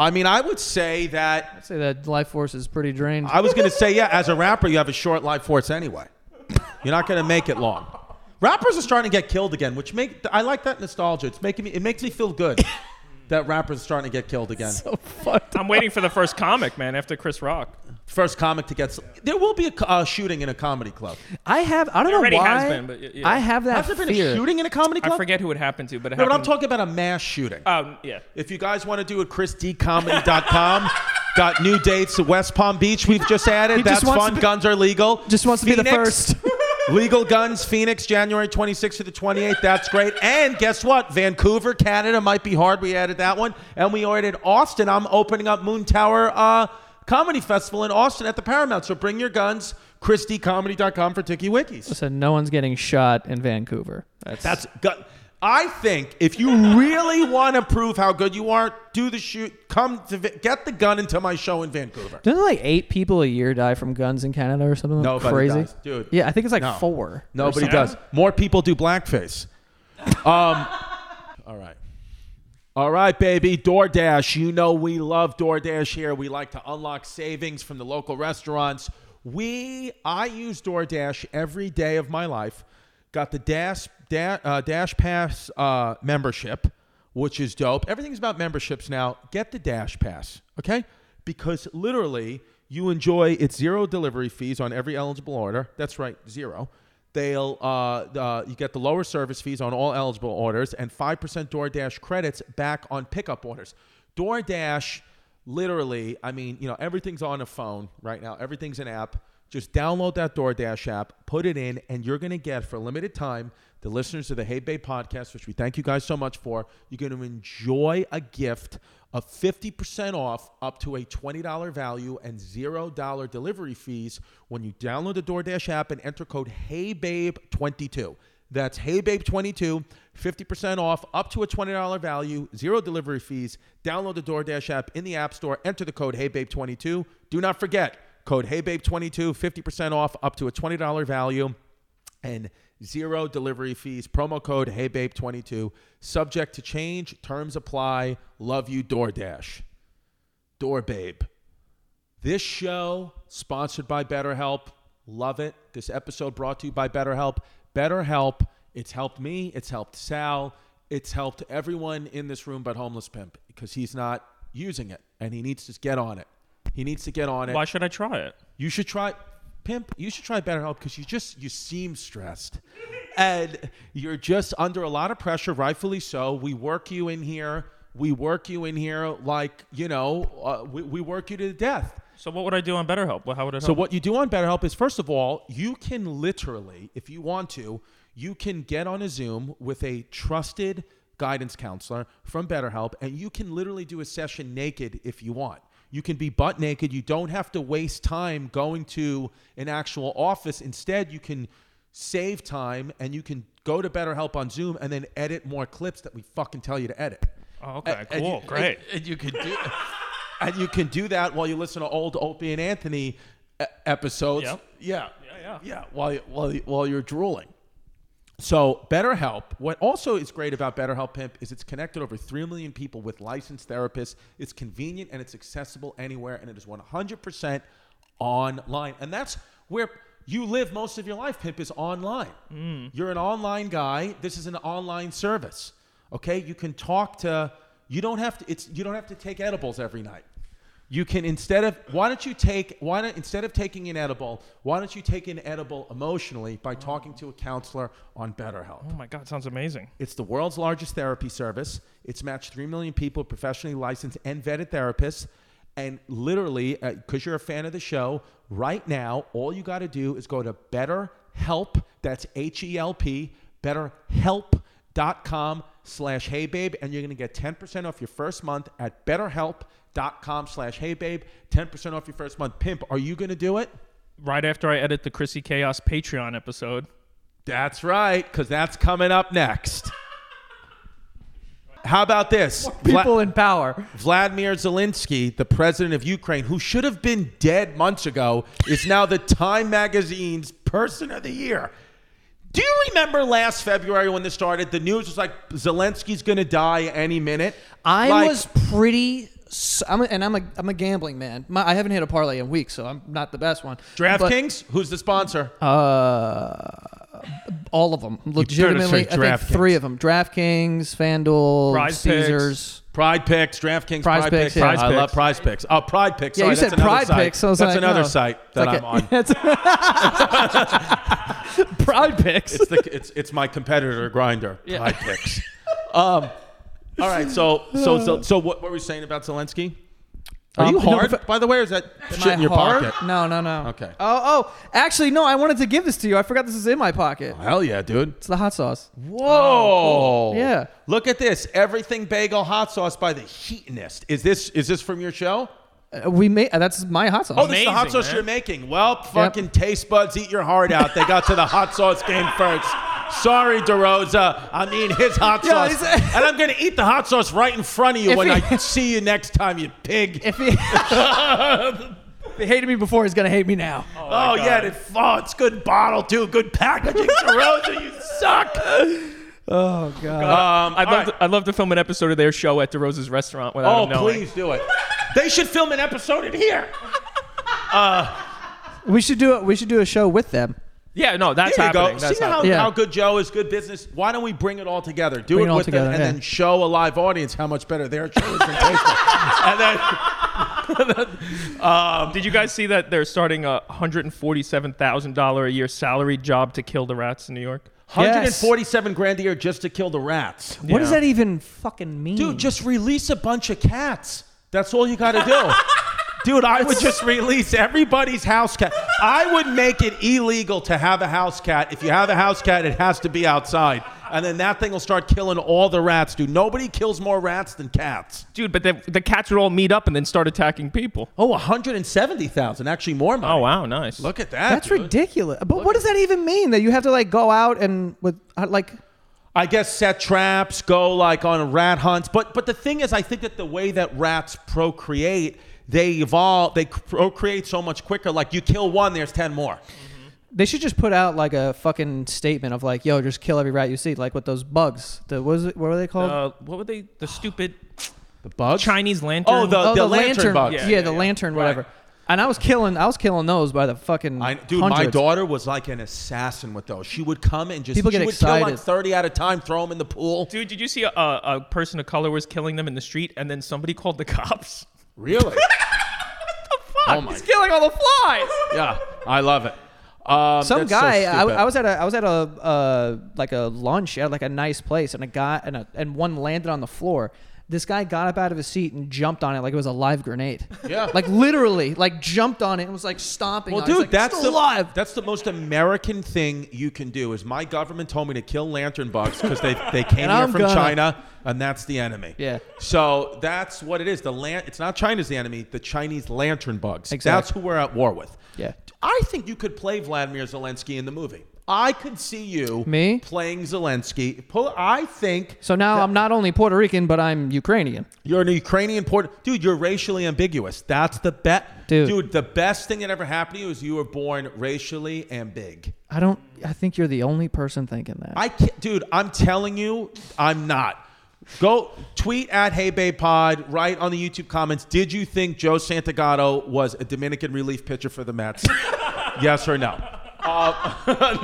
A: I mean, I would say that
C: say that life force is pretty drained.
A: I was gonna say yeah. As a rapper, you have a short life force anyway. You're not gonna make it long. Rappers are starting to get killed again, which make I like that nostalgia. It's making me it makes me feel good that rappers are starting to get killed again.
C: so fucked.
D: I'm waiting for the first comic, man, after Chris Rock.
A: First comic to get s- there will be a co- uh, shooting in a comedy club.
C: I have. I don't know
D: already
C: why.
D: has been, but y- yeah.
C: I have that
A: Has there been
C: fear.
A: a shooting in a comedy club?
D: I forget who it happened to, but it
A: No, but I'm
D: happened.
A: talking about a mass shooting.
D: talking. Um, yeah.
A: If you guys want to do it, chrisdcomedy.com. Got new dates at West Palm Beach. We've just added.
C: He just
A: That's
C: wants
A: fun.
C: to be-
A: guns are legal.
C: Just wants to be the first.
A: Legal Guns, Phoenix, January 26th to the 28th. That's great. And guess what? Vancouver, Canada might be hard. We added that one. And we added Austin. I'm opening up Moon Tower uh, Comedy Festival in Austin at the Paramount. So bring your guns. ChristyComedy.com for Tiki Wikis.
C: So no one's getting shot in Vancouver. That's,
A: That's gut. I think if you really want to prove how good you are, do the shoot. Come to Va- get the gun into my show in Vancouver.
C: doesn't like eight people a year die from guns in Canada or something like
A: Nobody
C: crazy?
A: does, dude.
C: Yeah, I think it's like
A: No.
C: four. or
A: Nobody
C: something.
A: does. More people do blackface. Um, all right. All right, baby. DoorDash. You know we love DoorDash here. We like to unlock savings from the local restaurants. We I use DoorDash every day of my life. Got the Dash Dash, uh, Dash Pass uh, membership, which is dope. Everything's about memberships now. Get the Dash Pass, okay? Because literally, you enjoy it's zero delivery fees on every eligible order. That's right, zero. They'll uh, uh, you get the lower service fees on all eligible orders and five percent DoorDash credits back on pickup orders. DoorDash, literally, I mean, you know, everything's on a phone right now. Everything's an app. Just download that DoorDash app, put it in, and you're going to get for a limited time the listeners of the Hey Bay podcast, which we thank you guys so much for. You're going to enjoy a gift of 50% off up to a $20 value and $0 delivery fees when you download the DoorDash app and enter code E HeyBabe22. That's E HeyBabe22, 50% off up to a $20 value, zero delivery fees. Download the DoorDash app in the App Store, enter the code E HeyBabe22. Do not forget, code E HeyBabe22, 50% off up to a $20 value and zero delivery fees. Promo code E HeyBabe22. Subject to change. Terms apply. Love you, DoorDash. DoorBabe. This show, sponsored by BetterHelp. Love it. This episode brought to you by BetterHelp. BetterHelp, it's helped me. It's helped Sal. It's helped everyone in this room but Homeless Pimp because he's not using it and he needs to get on it. He needs to get on it.
D: Why should I try it?
A: You should try pimp. You should try BetterHelp because you just you seem stressed, and you're just under a lot of pressure, rightfully so. We work you in here. We work you in here like you know. Uh, we, we work you to death.
D: So what would I do on BetterHelp? Well, How would it help?
A: So what you do on BetterHelp is first of all, you can literally, if you want to, you can get on a Zoom with a trusted guidance counselor from BetterHelp and you can literally do a session naked if you want. You can be butt naked. You don't have to waste time going to an actual office. Instead, you can save time and you can go to BetterHelp on Zoom and then edit more clips that we fucking tell you to edit.
D: Oh, okay,
A: And- and
D: cool,
A: you-
D: great.
A: And, and you can do, and you can do that while you listen to old Opie and Anthony e- episodes.
D: Yep.
A: Yeah,
D: yeah.
A: yeah. While you- while you- while you're drooling. So BetterHelp. What also is great about BetterHelp Pimp is it's connected over three million people with licensed therapists. It's convenient and it's accessible anywhere, and it is 100 percent online. And that's where You live most of your life, Pip, is online. You're an online guy. This is an online service. Okay, you can talk to. You don't have to. It's you don't have to take edibles every night. You can instead of why don't you take why don't instead of taking an edible, why don't you take an edible emotionally by talking to a counselor on BetterHelp?
D: Oh my God, sounds amazing.
A: It's the world's largest therapy service. It's matched 3 million people with professionally licensed and vetted therapists. And literally, because you're a fan of the show, right now, all you got to do is go to BetterHelp, that's H E L P, betterhelp.com slash heybabe, and you're going to get 10% off your first month at betterhelp.com slash heybabe, 10% off your first month. Pimp, are you going to do it?
D: Right after I edit the Chrissy Chaos Patreon episode,
A: That's right, because that's coming up next. How about this? Vla-
C: People in power.
A: Vladimir Zelensky, the president of Ukraine, who should have been dead months ago, is now the Time Magazine's Person of the Year. Do you remember last February when this started? The news was like Zelensky's going to die any minute.
C: I
A: Like,
C: was pretty. s- I'm a, and I'm a I'm a gambling man. My, I haven't hit a parlay in weeks, so I'm not the best one. But,
A: DraftKings, who's the sponsor?
C: uh, all of them legitimately.
A: straight
C: I think
A: DraftKings.
C: three of them: DraftKings, FanDuel,
D: Prize Picks.
C: Caesars.
A: Pride Picks, DraftKings,
C: Prize
A: Pride
C: Picks,
A: Picks.
C: yeah.
A: I
D: Prize
A: love
D: Picks.
A: Prize Picks. Oh, Pride Picks.
C: Yeah,
A: Sorry,
C: you
A: that's
C: said
A: another
C: Pride
A: site.
C: Picks. So I was
A: that's
C: like,
A: another
C: no.
A: site
C: It's
A: that
C: like
A: I'm
C: a-
A: on.
C: it's- Pride picks.
A: it's the it's it's my competitor grinder Pride picks. Um, all right, so so so, so what, what were we saying about Zelensky? Are
C: Um,
A: you
C: no,
A: hard,
C: but-
A: by the way, or is that shit
C: My
A: in your
C: heart-
A: pocket?
C: No, no, no.
A: Okay.
C: Oh, oh. Actually, no. I wanted to give this to you. I forgot this is in my pocket.
A: Hell yeah, dude!
C: It's the hot sauce.
A: Whoa!
C: Oh, Yeah.
A: Look at this. Everything bagel hot sauce by the Heatonist. Is this is this from your show?
C: Uh, we made. Uh, that's my hot sauce.
A: Oh, this is the hot
D: Amazing,
A: sauce
D: man.
A: you're making. Well, fucking taste buds, eat your heart out. They got to the hot sauce game first. Sorry, DeRosa. I mean, his hot
C: Yeah,
A: sauce.
C: he's-
A: and I'm going to eat the hot sauce right in front of you
C: If
A: when
C: he-
A: I see you next time, you pig.
C: If he, they hated me before, he's gonna hate me now.
A: oh, yeah. It, oh, it's good bottle, too. Good packaging. DeRosa, you suck.
C: Oh god.
A: Um,
D: I'd
A: all right.
D: love, to, I'd love to film an episode of their show at DeRosa's restaurant without
A: Oh,
D: him knowing.
A: please do it. They should film an episode in here.
C: We should do it. We should do a show with them.
D: Yeah, no, that's
A: There you
D: happening.
A: go.
D: That's
A: See how,
D: happening.
C: Yeah.
A: how good Joe is, good business. Why don't we bring it all together? Do
C: Bring
A: it,
C: it all
A: with them,
C: together,
A: and
C: yeah.
A: then show a live audience how much better their show is than Taste And then Um,
D: Did you guys see that they're starting a $147,000 a year salary job to kill the rats in New York?
A: 147 grand a year just to kill the rats.
C: What does
D: Yeah.
C: that even fucking mean?
A: Dude, just release a bunch of cats. That's all you got to do. Dude, I would just release everybody's house cat. I would make it illegal to have a house cat. If you have a house cat, it has to be outside. And then that thing will start killing all the rats, dude. Nobody kills more rats than cats.
D: Dude, but the, the cats would all meet up and then start attacking people.
A: Oh, 170,000, actually more money.
D: Oh, wow, nice.
A: Look at that.
C: that's
A: dude.
C: ridiculous. But what does that even mean? That you have to like go out and with uh, like
A: I guess set traps, go like on rat hunts. But but the thing is, I think that the way that rats procreate, they evolve, they procreate so much quicker. Like you kill one, there's ten more.
C: they should just put out like a fucking statement of like, yo, just kill every rat you see, like with those bugs. The what was it? What were they called?
D: Uh, what were they? The stupid
A: Oh, The bugs.
D: Chinese lantern.
A: Oh, the,
C: oh,
A: the, lantern, bugs.
C: Yeah,
D: Yeah, yeah,
C: the
D: yeah.
C: lantern, whatever. And I was killing, I was killing those by the fucking
A: I, dude, my
C: hundreds.
A: daughter was like an assassin with those. She would come and just
C: People
A: she
C: get
A: would kill like
C: excited.
A: thirty at a time, throw them in the pool.
D: Dude, did you see a, a person of color was killing them in the street and then somebody called the cops?
A: Really? Oh my!
D: He's killing all the flies.
A: Yeah, I love it. Um,
C: some
A: that's so
C: guy I,
A: stupid.
C: I was at a i was at a uh, like a lunch at like a nice place and a guy and, a, and one landed on the floor this guy got up out of his seat and jumped on it like it was a live grenade
A: Yeah.
C: like literally like jumped on it and was like stomping
A: Well,
C: on it. He's
A: dude,
C: like,
A: that's
C: "Still
A: the
C: alive
A: that's the most American thing you can do. Is my government told me to kill lantern bugs because they they came here
C: And I'm
A: from
C: gonna-
A: China and that's the enemy.
C: Yeah.
A: So that's what it is. The lan- it's not China's the enemy. The Chinese lantern bugs.
C: Exactly.
A: That's who we're at war with.
C: Yeah.
A: I think you could play Vladimir Zelensky in the movie. I could see you
C: Me?
A: playing Zelensky. Pull. I think
C: so now i'm not only puerto rican but i'm ukrainian
A: you're an Ukrainian port, dude. You're racially ambiguous. That's the bet,
C: Dude.
A: The best thing that ever happened to you is you were born racially ambig.
C: i don't i think you're the only person thinking that
A: I can't, dude. I'm telling you, I'm not. Go tweet at Hey Babe Pod. Write on the YouTube comments. Did you think Joe Santagato was a Dominican relief pitcher for the Mets? yes or no?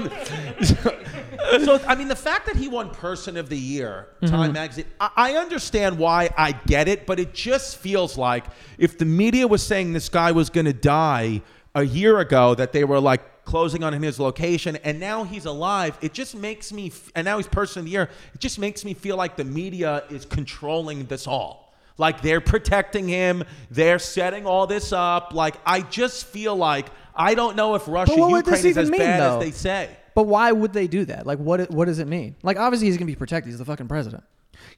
A: so I mean, the fact that he won Person of the Year,
C: Mm-hmm.
A: Time Magazine, I, I understand why. I get it, but it just feels like if the media was saying this guy was going to die a year ago, that they were like closing on his location, and now he's alive. It just makes me, f- and now he's Person of the Year. It just makes me feel like the media is controlling this all. Like they're protecting him, they're setting all this up. Like I just feel like I don't know if Russia
C: But what would
A: Ukraine
C: this
A: is as
C: even mean,
A: bad
C: though?
A: as they say.
C: But why would they do that? Like, what what does it mean? Like, obviously he's gonna be protected. He's the fucking president.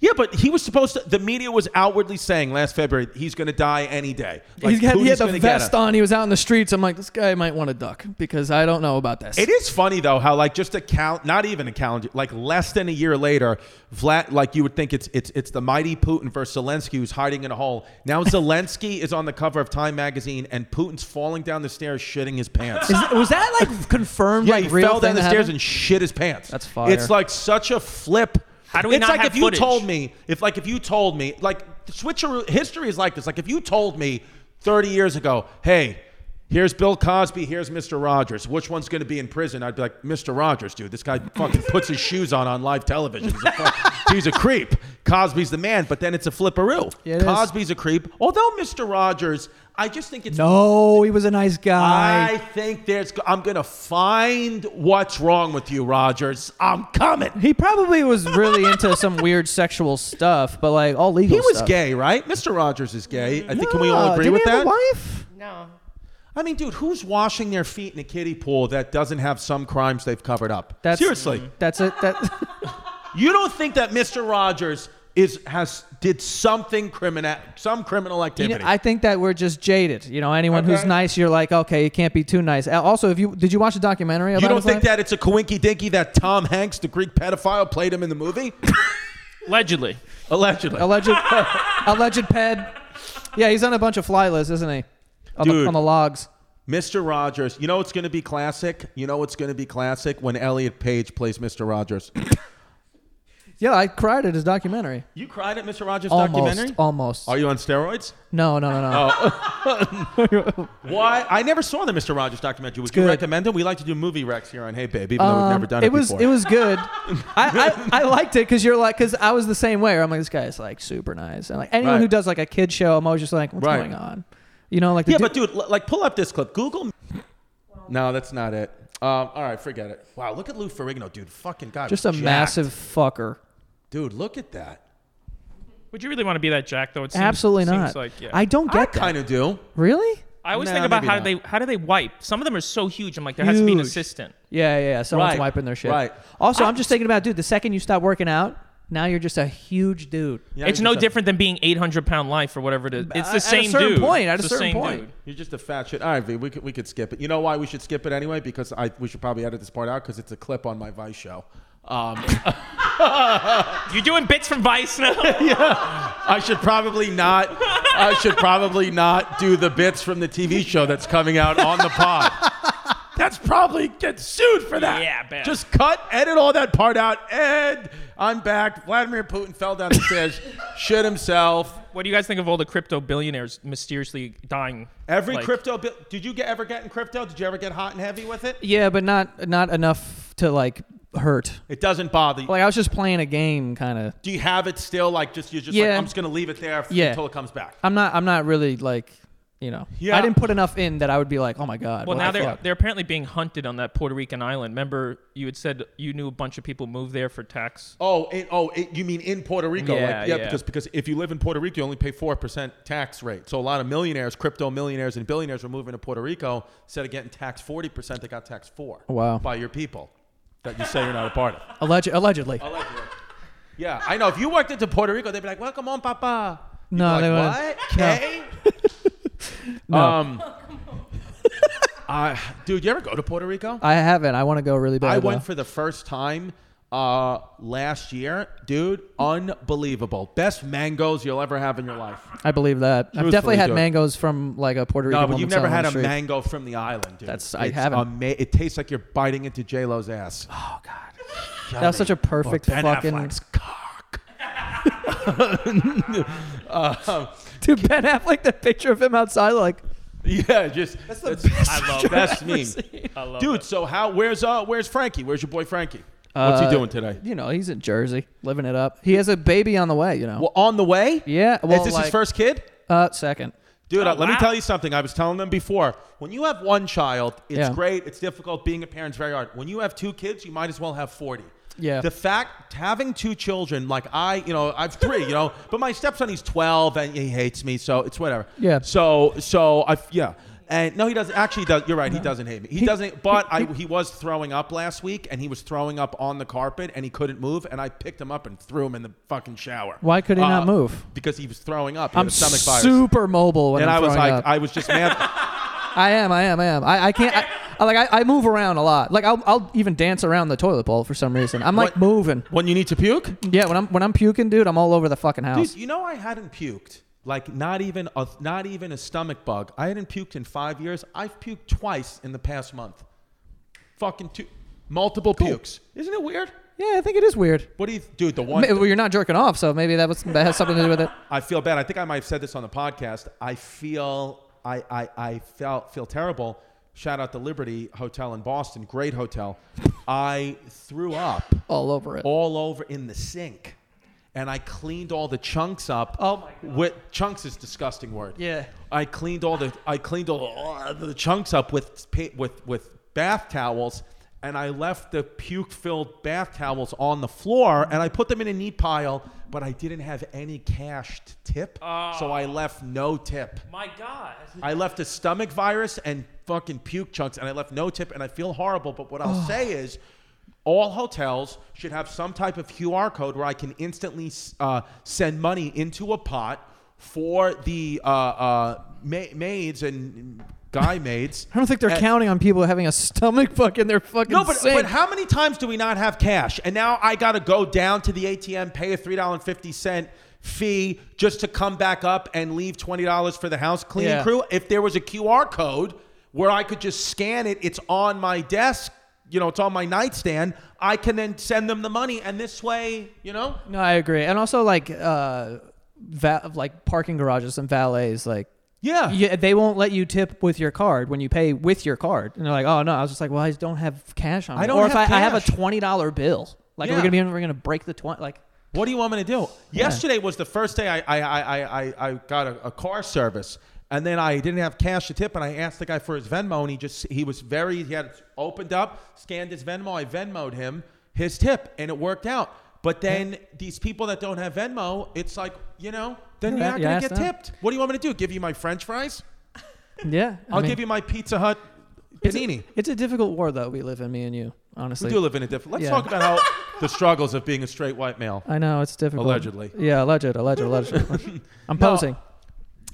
A: Yeah, but he was supposed to. The media was outwardly saying last February he's going to die any day. Like,
C: he's got, he
A: Putin's
C: had the
A: gonna get
C: vest
A: him.
C: on. He was out in the streets. I'm like, this guy might want to duck because I don't know about this.
A: It is funny though how like just a count, not even a calendar, like less than a year later, Vlad, like you would think it's it's it's the mighty Putin versus Zelensky who's hiding in a hole. Now Zelensky is on the cover of Time magazine, and Putin's falling down the stairs, shitting his pants.
C: Is- was that like confirmed?
A: yeah,
C: like
A: he
C: real
A: fell down
C: thing
A: the
C: that
A: stairs
C: happened?
A: and shit his pants.
C: That's fire.
A: It's like such a flip.
D: How do we
A: it's
D: not
A: like
D: have
A: if you
D: footage?
A: told me if like if you told me like switcheroo history is like this. Like if you told me 30 years ago, hey, here's Bill Cosby, here's Mr. Rogers. Which one's going to be in prison? I'd be like, Mr. Rogers, dude. This guy fucking puts his shoes on on live television. He's a, fuck- he's a creep. Cosby's the man, but then it's a flipperoo.
C: Yeah, it is.
A: Cosby's a creep. Although Mr. Rogers, I just think it's
C: no, he was a nice guy.
A: I think there's. I'm gonna find what's wrong with you, Rogers. I'm coming.
C: he probably was really into some weird sexual stuff, but like all legal.
A: He was
C: stuff.
A: gay, right? Mr. Rogers is gay. I think can we
C: Ah,
A: all agree
C: didn't
A: with
C: he
A: that?
C: have a wife?
E: No.
A: I mean, dude, who's washing their feet in a kiddie pool that doesn't have some crimes they've covered up?
C: That's-
A: Seriously,
C: That's it. That
A: you don't think that Mr. Rogers is has did something criminal some criminal
C: you know,
A: activity?
C: I think that we're just jaded. You know, anyone who's
A: Okay.
C: nice, you're like, okay, you can't be too nice. Al- Also, if you did you watch a documentary about
A: you don't
C: his
A: think
C: life?
A: that it's a coinky dinky that Tom Hanks, the Greek pedophile, played him in the movie?
D: Allegedly.
A: Allegedly.
C: alleged alleged ped? Yeah, he's on a bunch of fly lists, isn't he? On,
A: Dude.
C: The, on the logs.
A: Mr. Rogers, you know it's going to be classic. You know it's going to be classic when Elliot Page plays Mr. Rogers.
C: Yeah, I cried at his documentary.
A: you cried at Mr. Rogers'
C: Almost,
A: documentary?
C: almost.
A: Are you Oh, on steroids?
C: No, no, no, no.
A: Why? I never saw the Mr. Rogers documentary. Would you
C: good.
A: recommend it? We like to do movie recs here on Hey Babe, even though we've
C: Um,
A: never done it,
C: was
A: before.
C: it was good. I, I, I liked it because you're like because I was the same way. Where I'm like this guy is like super nice and like anyone
A: Right.
C: who does like a kid show, I'm always just like what's
A: Right.
C: going on, you know like the
A: yeah,
C: du-
A: but dude, l- like pull up this clip. Google. No, that's not it. Um, all right, forget it. Wow, look at Lou Ferrigno, dude. Fucking god,
C: just a
A: jacked.
C: massive fucker.
A: dude. Look at that.
D: Would you really want to be that Jack though? It seems,
C: Absolutely
D: seems
C: not.
D: Like, yeah.
C: I don't
A: I
C: get that.
A: kind of do.
C: Really?
D: I always
A: Nah,
D: think about
A: maybe
D: how
A: not.
D: they how do they wipe? Some of them are so huge. I'm like, there has to be an
C: Huge.
D: assistant.
C: Yeah, yeah, yeah. Someone's
A: Right,
C: wiping their shit.
A: right.
C: Also, I'm just thinking about dude. The second you stop working out, now you're just a huge dude.
A: Yeah,
D: it's
A: you're
D: no
A: just a-
D: different than being 800 pound life or whatever it is. It's
C: At
D: the
C: a
D: same
C: certain
D: dude.
C: point, at
D: It's
C: a
D: the
C: certain
D: same
C: point.
D: dude.
A: You're just a fat shit. All right, V, we could, we could skip it. You know why we should skip it anyway? Because I we should probably edit this part out because it's a clip on my Vice show. Um,
D: You're doing bits from Vice now.
A: I should probably not. I should probably not do the bits from the TV show that's coming out on the pod. That's probably get sued for that.
D: Yeah, bad.
A: Just cut, edit all that part out. And I'm back. Vladimir Putin fell down the stairs, shit himself.
D: what do you guys think of all the crypto billionaires mysteriously dying?
A: Every
D: Like-
A: crypto. bi- Did you get, ever get in crypto? Did you ever get hot and heavy with it?
C: Yeah, but not not enough to like hurt.
A: It doesn't bother you.
C: Like I was just playing a game, kind of.
A: Do you have it still? Like just you're just like
C: Yeah.
A: I'm just gonna leave it there f-
C: Yeah.
A: until it comes back.
C: I'm not. I'm not really like, you know.
A: Yeah.
C: I didn't put enough in that I would be like, oh my god.
D: Well,
C: what
D: now
C: the
D: they're
C: fuck?
D: they're apparently being hunted on that Puerto Rican island. Remember, you had said you knew a bunch of people moved there for tax.
A: Oh, it, oh, it, you mean in Puerto Rico? like,
D: Yeah, yeah.
A: Because because if you live in Puerto Rico, you only pay four percent tax rate. So a lot of millionaires, crypto millionaires, and billionaires were moving to Puerto Rico instead of getting taxed forty percent. They got taxed four.
C: Oh, Wow.
A: By your people that you say you're not a part of.
C: Alleg- allegedly.
A: Oh. Yeah, I know. If you worked into Puerto Rico, they'd be like, "Welcome on, Papa." You'd
C: No,
A: be
C: they
A: like,
C: wouldn't.
A: what? Okay.
C: No.
A: Um, I- dude, you ever go to Puerto Rico?
C: I haven't. I want to go really bad.
A: I
C: though.
A: went for the first time uh, last year, dude. Unbelievable! Best mangoes you'll ever have in your life.
C: I believe that. I've
A: Truthfully,
C: definitely had
A: dude.
C: mangoes from like a Puerto Rican.
A: No, but
C: woman
A: you've never
C: selling
A: had
C: on the
A: a
C: street.
A: mango from the island, dude.
C: That's- I
A: It's
C: haven't.
A: ama- it tastes like you're biting into J Lo's ass. Oh God,
C: That was such a perfect
A: ben
C: fucking-
A: Affleck's cock. Um,
C: Dude, Ben Affleck, that picture of him outside, like
A: Yeah, just that's the best,
D: I love that.
A: best meme.
D: I love
A: Dude, so how? Where's uh? Where's Frankie? Where's your boy Frankie? What's he
C: Uh,
A: doing today?
C: You know, he's in Jersey, living it up. He has a baby on the way. You know.
A: Well, on the way.
C: yeah. Well,
A: Is this
C: like,
A: his first kid?
C: Uh, second.
A: Dude,
D: Oh,
A: uh, let me
D: wow.
A: tell you something. I was telling them before. When you have one child, it's
C: Yeah.
A: great. It's difficult. Being a parent's very hard. When you have two kids, you might as well have 40.
C: Yeah.
A: The fact having two children, like I, you know, I've three, you know, but my stepson, he's 12 and he hates me, so it's whatever.
C: Yeah.
A: So, so I, yeah. And no, he doesn't. Actually, he does, you're right. He doesn't hate me. He,
C: He-
A: doesn't. But
C: he-
A: I, he was throwing up last week, and he was throwing up on the carpet, and he couldn't move. And I picked him up and threw him in the fucking shower. Uh,
C: Why could he not move?
A: Because he was throwing up. He had
C: I'm
A: a stomach virus
C: super mobile when
A: and
C: I'm
A: I was
C: throwing
A: like,
C: up.
A: I was just mad.
C: I am, I am, I am. I, I can't. I, I- like I, I move around a lot. Like I'll, I'll even dance around the toilet bowl for some reason. I'm like
A: What-
C: moving.
A: when you need to puke,
C: Yeah, when I'm when I'm puking, dude, I'm all over the fucking house.
A: dude, you know I hadn't puked. Like not even a not even a stomach bug. I hadn't puked in five years. I've puked twice in the past month. Fucking two, multiple pukes. Isn't it weird?
C: yeah, I think it is weird.
A: What do you, dude? The one
C: Ma- Well, you're not jerking off, so maybe that was that has something to do with it.
A: I feel bad. I think I might have said this on the podcast. I feel I I, I felt feel terrible. Shout out to Liberty Hotel in Boston. Great hotel. I threw up.
C: All over it.
A: all over in the sink. And I cleaned all the chunks up.
C: Oh my God.
A: With chunks is a disgusting word.
C: Yeah.
A: I cleaned all the I cleaned all all the chunks up with pa- with with bath towels, and I left the puke filled bath towels on the floor, and I put them in a neat pile. But I didn't have any cashed tip,
C: Ah.
A: so I left no tip.
D: My God.
A: I left a stomach virus and fucking puke chunks, and I left no tip, and I feel horrible. But what I'll say is, all hotels should have some type of QR code where I can instantly uh, send money into a pot for the uh, uh, ma- maids and guy maids.
C: I don't think they're
A: And-
C: counting on people having a stomach bug in their fucking
A: No, but,
C: sink.
A: but how many times do we not have cash? And now I got to go down to the ATM, pay a $3.50 fee just to come back up and leave $20 for the house cleaning
C: Yeah.
A: crew. If there was a QR code where I could just scan it, it's on my desk, you know, it's on my nightstand, I can then send them the money. And this way, you know?
C: no, I agree. And also like uh, va- like parking garages and valets, like
A: Yeah.
C: yeah, they won't let you tip with your card when you pay with your card. And they're like, oh no, I was just like, well, I just don't have cash on me.
A: I don't
C: or if
A: have
C: I, I have a
A: cash.
C: twenty dollar bill, like
A: Yeah.
C: we're gonna be we're gonna break the twenty. Like
A: What do you want me to do? Yesterday was the first day I I, I, I- I, I got a, a car service, and then I didn't have cash to tip, and I asked the guy for his Venmo, and he just he was very he had it opened up, scanned his Venmo, I Venmoed him his tip, and it worked out. But then these people that don't have Venmo, it's like you know, then you're
C: Yeah,
A: not
C: you
A: gonna
C: ask
A: get
C: them.
A: tipped. What do you want me to do? Give you my French fries?
C: yeah, I
A: I'll
C: mean,
A: give you my Pizza Hut
C: it's a-
A: panini.
C: It's a difficult war though we live in, me and you. Honestly,
A: We do live in a different. Let's
C: Yeah.
A: talk about how the struggles of being a straight white male.
C: I know it's difficult.
A: Allegedly.
C: yeah, alleged, alleged, alleged. alleged. I'm
A: No.
C: posing.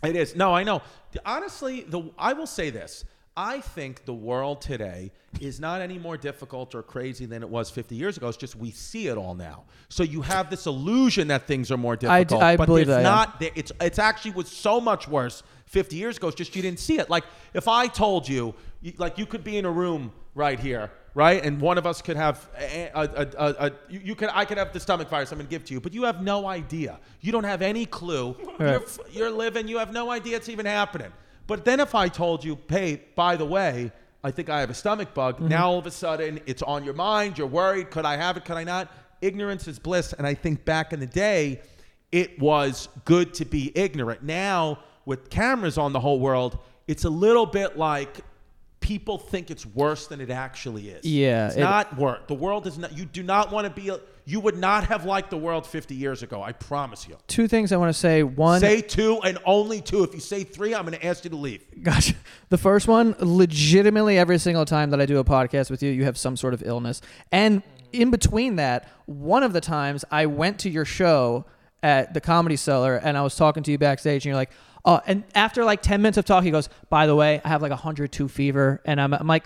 A: It is. No, I know. Honestly, the I will say this. I think the world today is not any more difficult or crazy than it was 50 years ago. It's just we see it all now. So you have this illusion that things are more
C: I d-
A: difficult,
C: I
A: but
C: believe
A: it's
C: that, yeah.
A: not. Th- It's it's actually was so much worse 50 years ago. It's just you didn't see it. Like if I told you, you- like you could be in a room right here, right, and one of us could have a, a, a, a, a you, you could I could have the stomach virus. I'm gonna give to you, but you have no idea. You don't have any clue. You're
C: Right.
A: f- you're living, you have no idea it's even happening. But then if I told you, hey, by the way, I think I have a stomach bug,
C: Mm-hmm.
A: now all of a sudden it's on your mind, you're worried, could I have it, could I not? Ignorance is bliss. And I think back in the day, it was good to be ignorant. Now, with cameras on the whole world, it's a little bit like people think it's worse than it actually is.
C: Yeah,
A: It's
C: it-
A: not worse. The world is not, you do not want to be, a- you would not have liked the world 50 years ago. I promise you.
C: Two things I want to say. One,
A: Say two and only two. If you say three, I'm going to ask you to leave.
C: Gosh, the first one, legitimately every single time that I do a podcast with you, you have some sort of illness. And in between that, one of the times I went to your show at the Comedy Cellar and I was talking to you backstage and you're like, oh, and after like 10 minutes of talk, he goes, by the way, I have like 102 fever. And I'm, I'm like,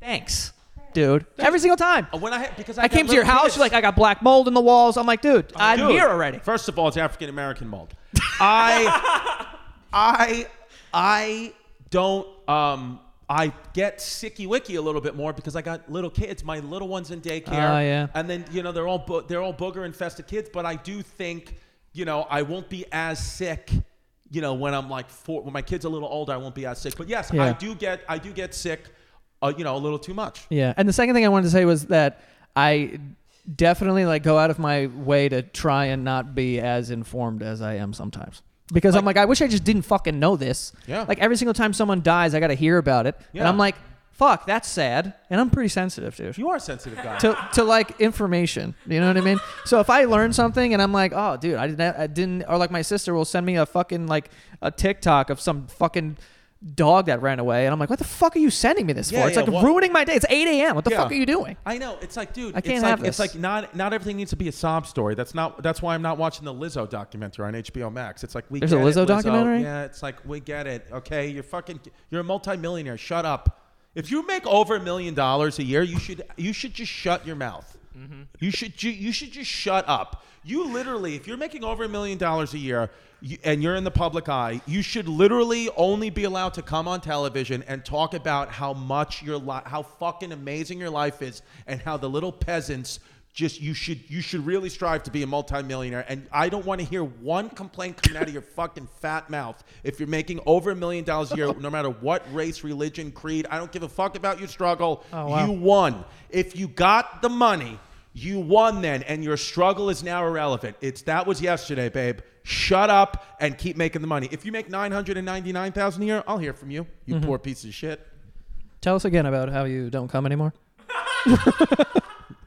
C: thanks, dude. Every single time.
A: When I had- because I,
C: I
A: got
C: came to your
A: Oh, little
C: house,
A: kids.
C: you're like, I got black mold in the walls. I'm like, dude, I'm
A: Dude,
C: here already.
A: First of all, it's African American mold. I, I, I don't. Um, I get sicky wicky a little bit more because I got little kids. My little ones in daycare.
C: Oh, yeah.
A: And then you know they're all bo- they're all booger infested kids. But I do think you know I won't be as sick. you know, when I'm like four, when my kid's a little older, I won't be as sick. But yes, I
C: Yeah.
A: do get, I do get sick, uh, you know, a little too much.
C: Yeah. And the second thing I wanted to say was that I definitely like go out of my way to try and not be as informed as I am sometimes. Because I'm like, I wish I just didn't fucking know this.
A: Yeah.
C: Like every single time someone dies, I got to hear about it.
A: Yeah.
C: And I'm like, fuck, that's sad. And I'm pretty sensitive, dude.
A: You are a sensitive guy.
C: to, to like information. You know what I mean? So if I learn something and I'm like, oh, dude, I didn't, I didn't, or like my sister will send me a fucking like a TikTok of some fucking dog that ran away, and I'm like, what the fuck are you sending me this
A: Yeah,
C: for? It's
A: yeah,
C: like
A: what-
C: ruining my day. It's 8 a.m. What the
A: Yeah.
C: fuck are you doing?
A: I know. It's like, dude,
C: I can't
A: it's
C: have
A: like, It's
C: this.
A: like not not everything needs to be a sob story. That's not. That's why I'm not watching the Lizzo documentary on HBO Max. It's like we.
C: There's a
A: get it,
C: Lizzo documentary?
A: Yeah, it's like we get it. Okay, you're fucking. You're a multimillionaire. Shut up. If you make over a million dollars a year, you should you should just shut your mouth. You should ju- you should just shut up. You literally, if you're making over a million dollars a year you, and you're in the public eye, you should literally only be allowed to come on television and talk about how much your li- how fucking amazing your life is, and how the little peasants just you should you should really strive to be a multimillionaire. And I don't want to hear one complaint coming out of your fucking fat mouth if you're making over a million dollars a year, no matter what race, religion, creed. I don't give a fuck about your struggle. You won. If you got the money. You won then, and your struggle is now irrelevant. It's that was yesterday, babe. Shut up and keep making the money. If you make nine hundred and ninety nine thousand a year, I'll hear from you. You poor piece of shit.
C: Tell us again about how you don't come anymore.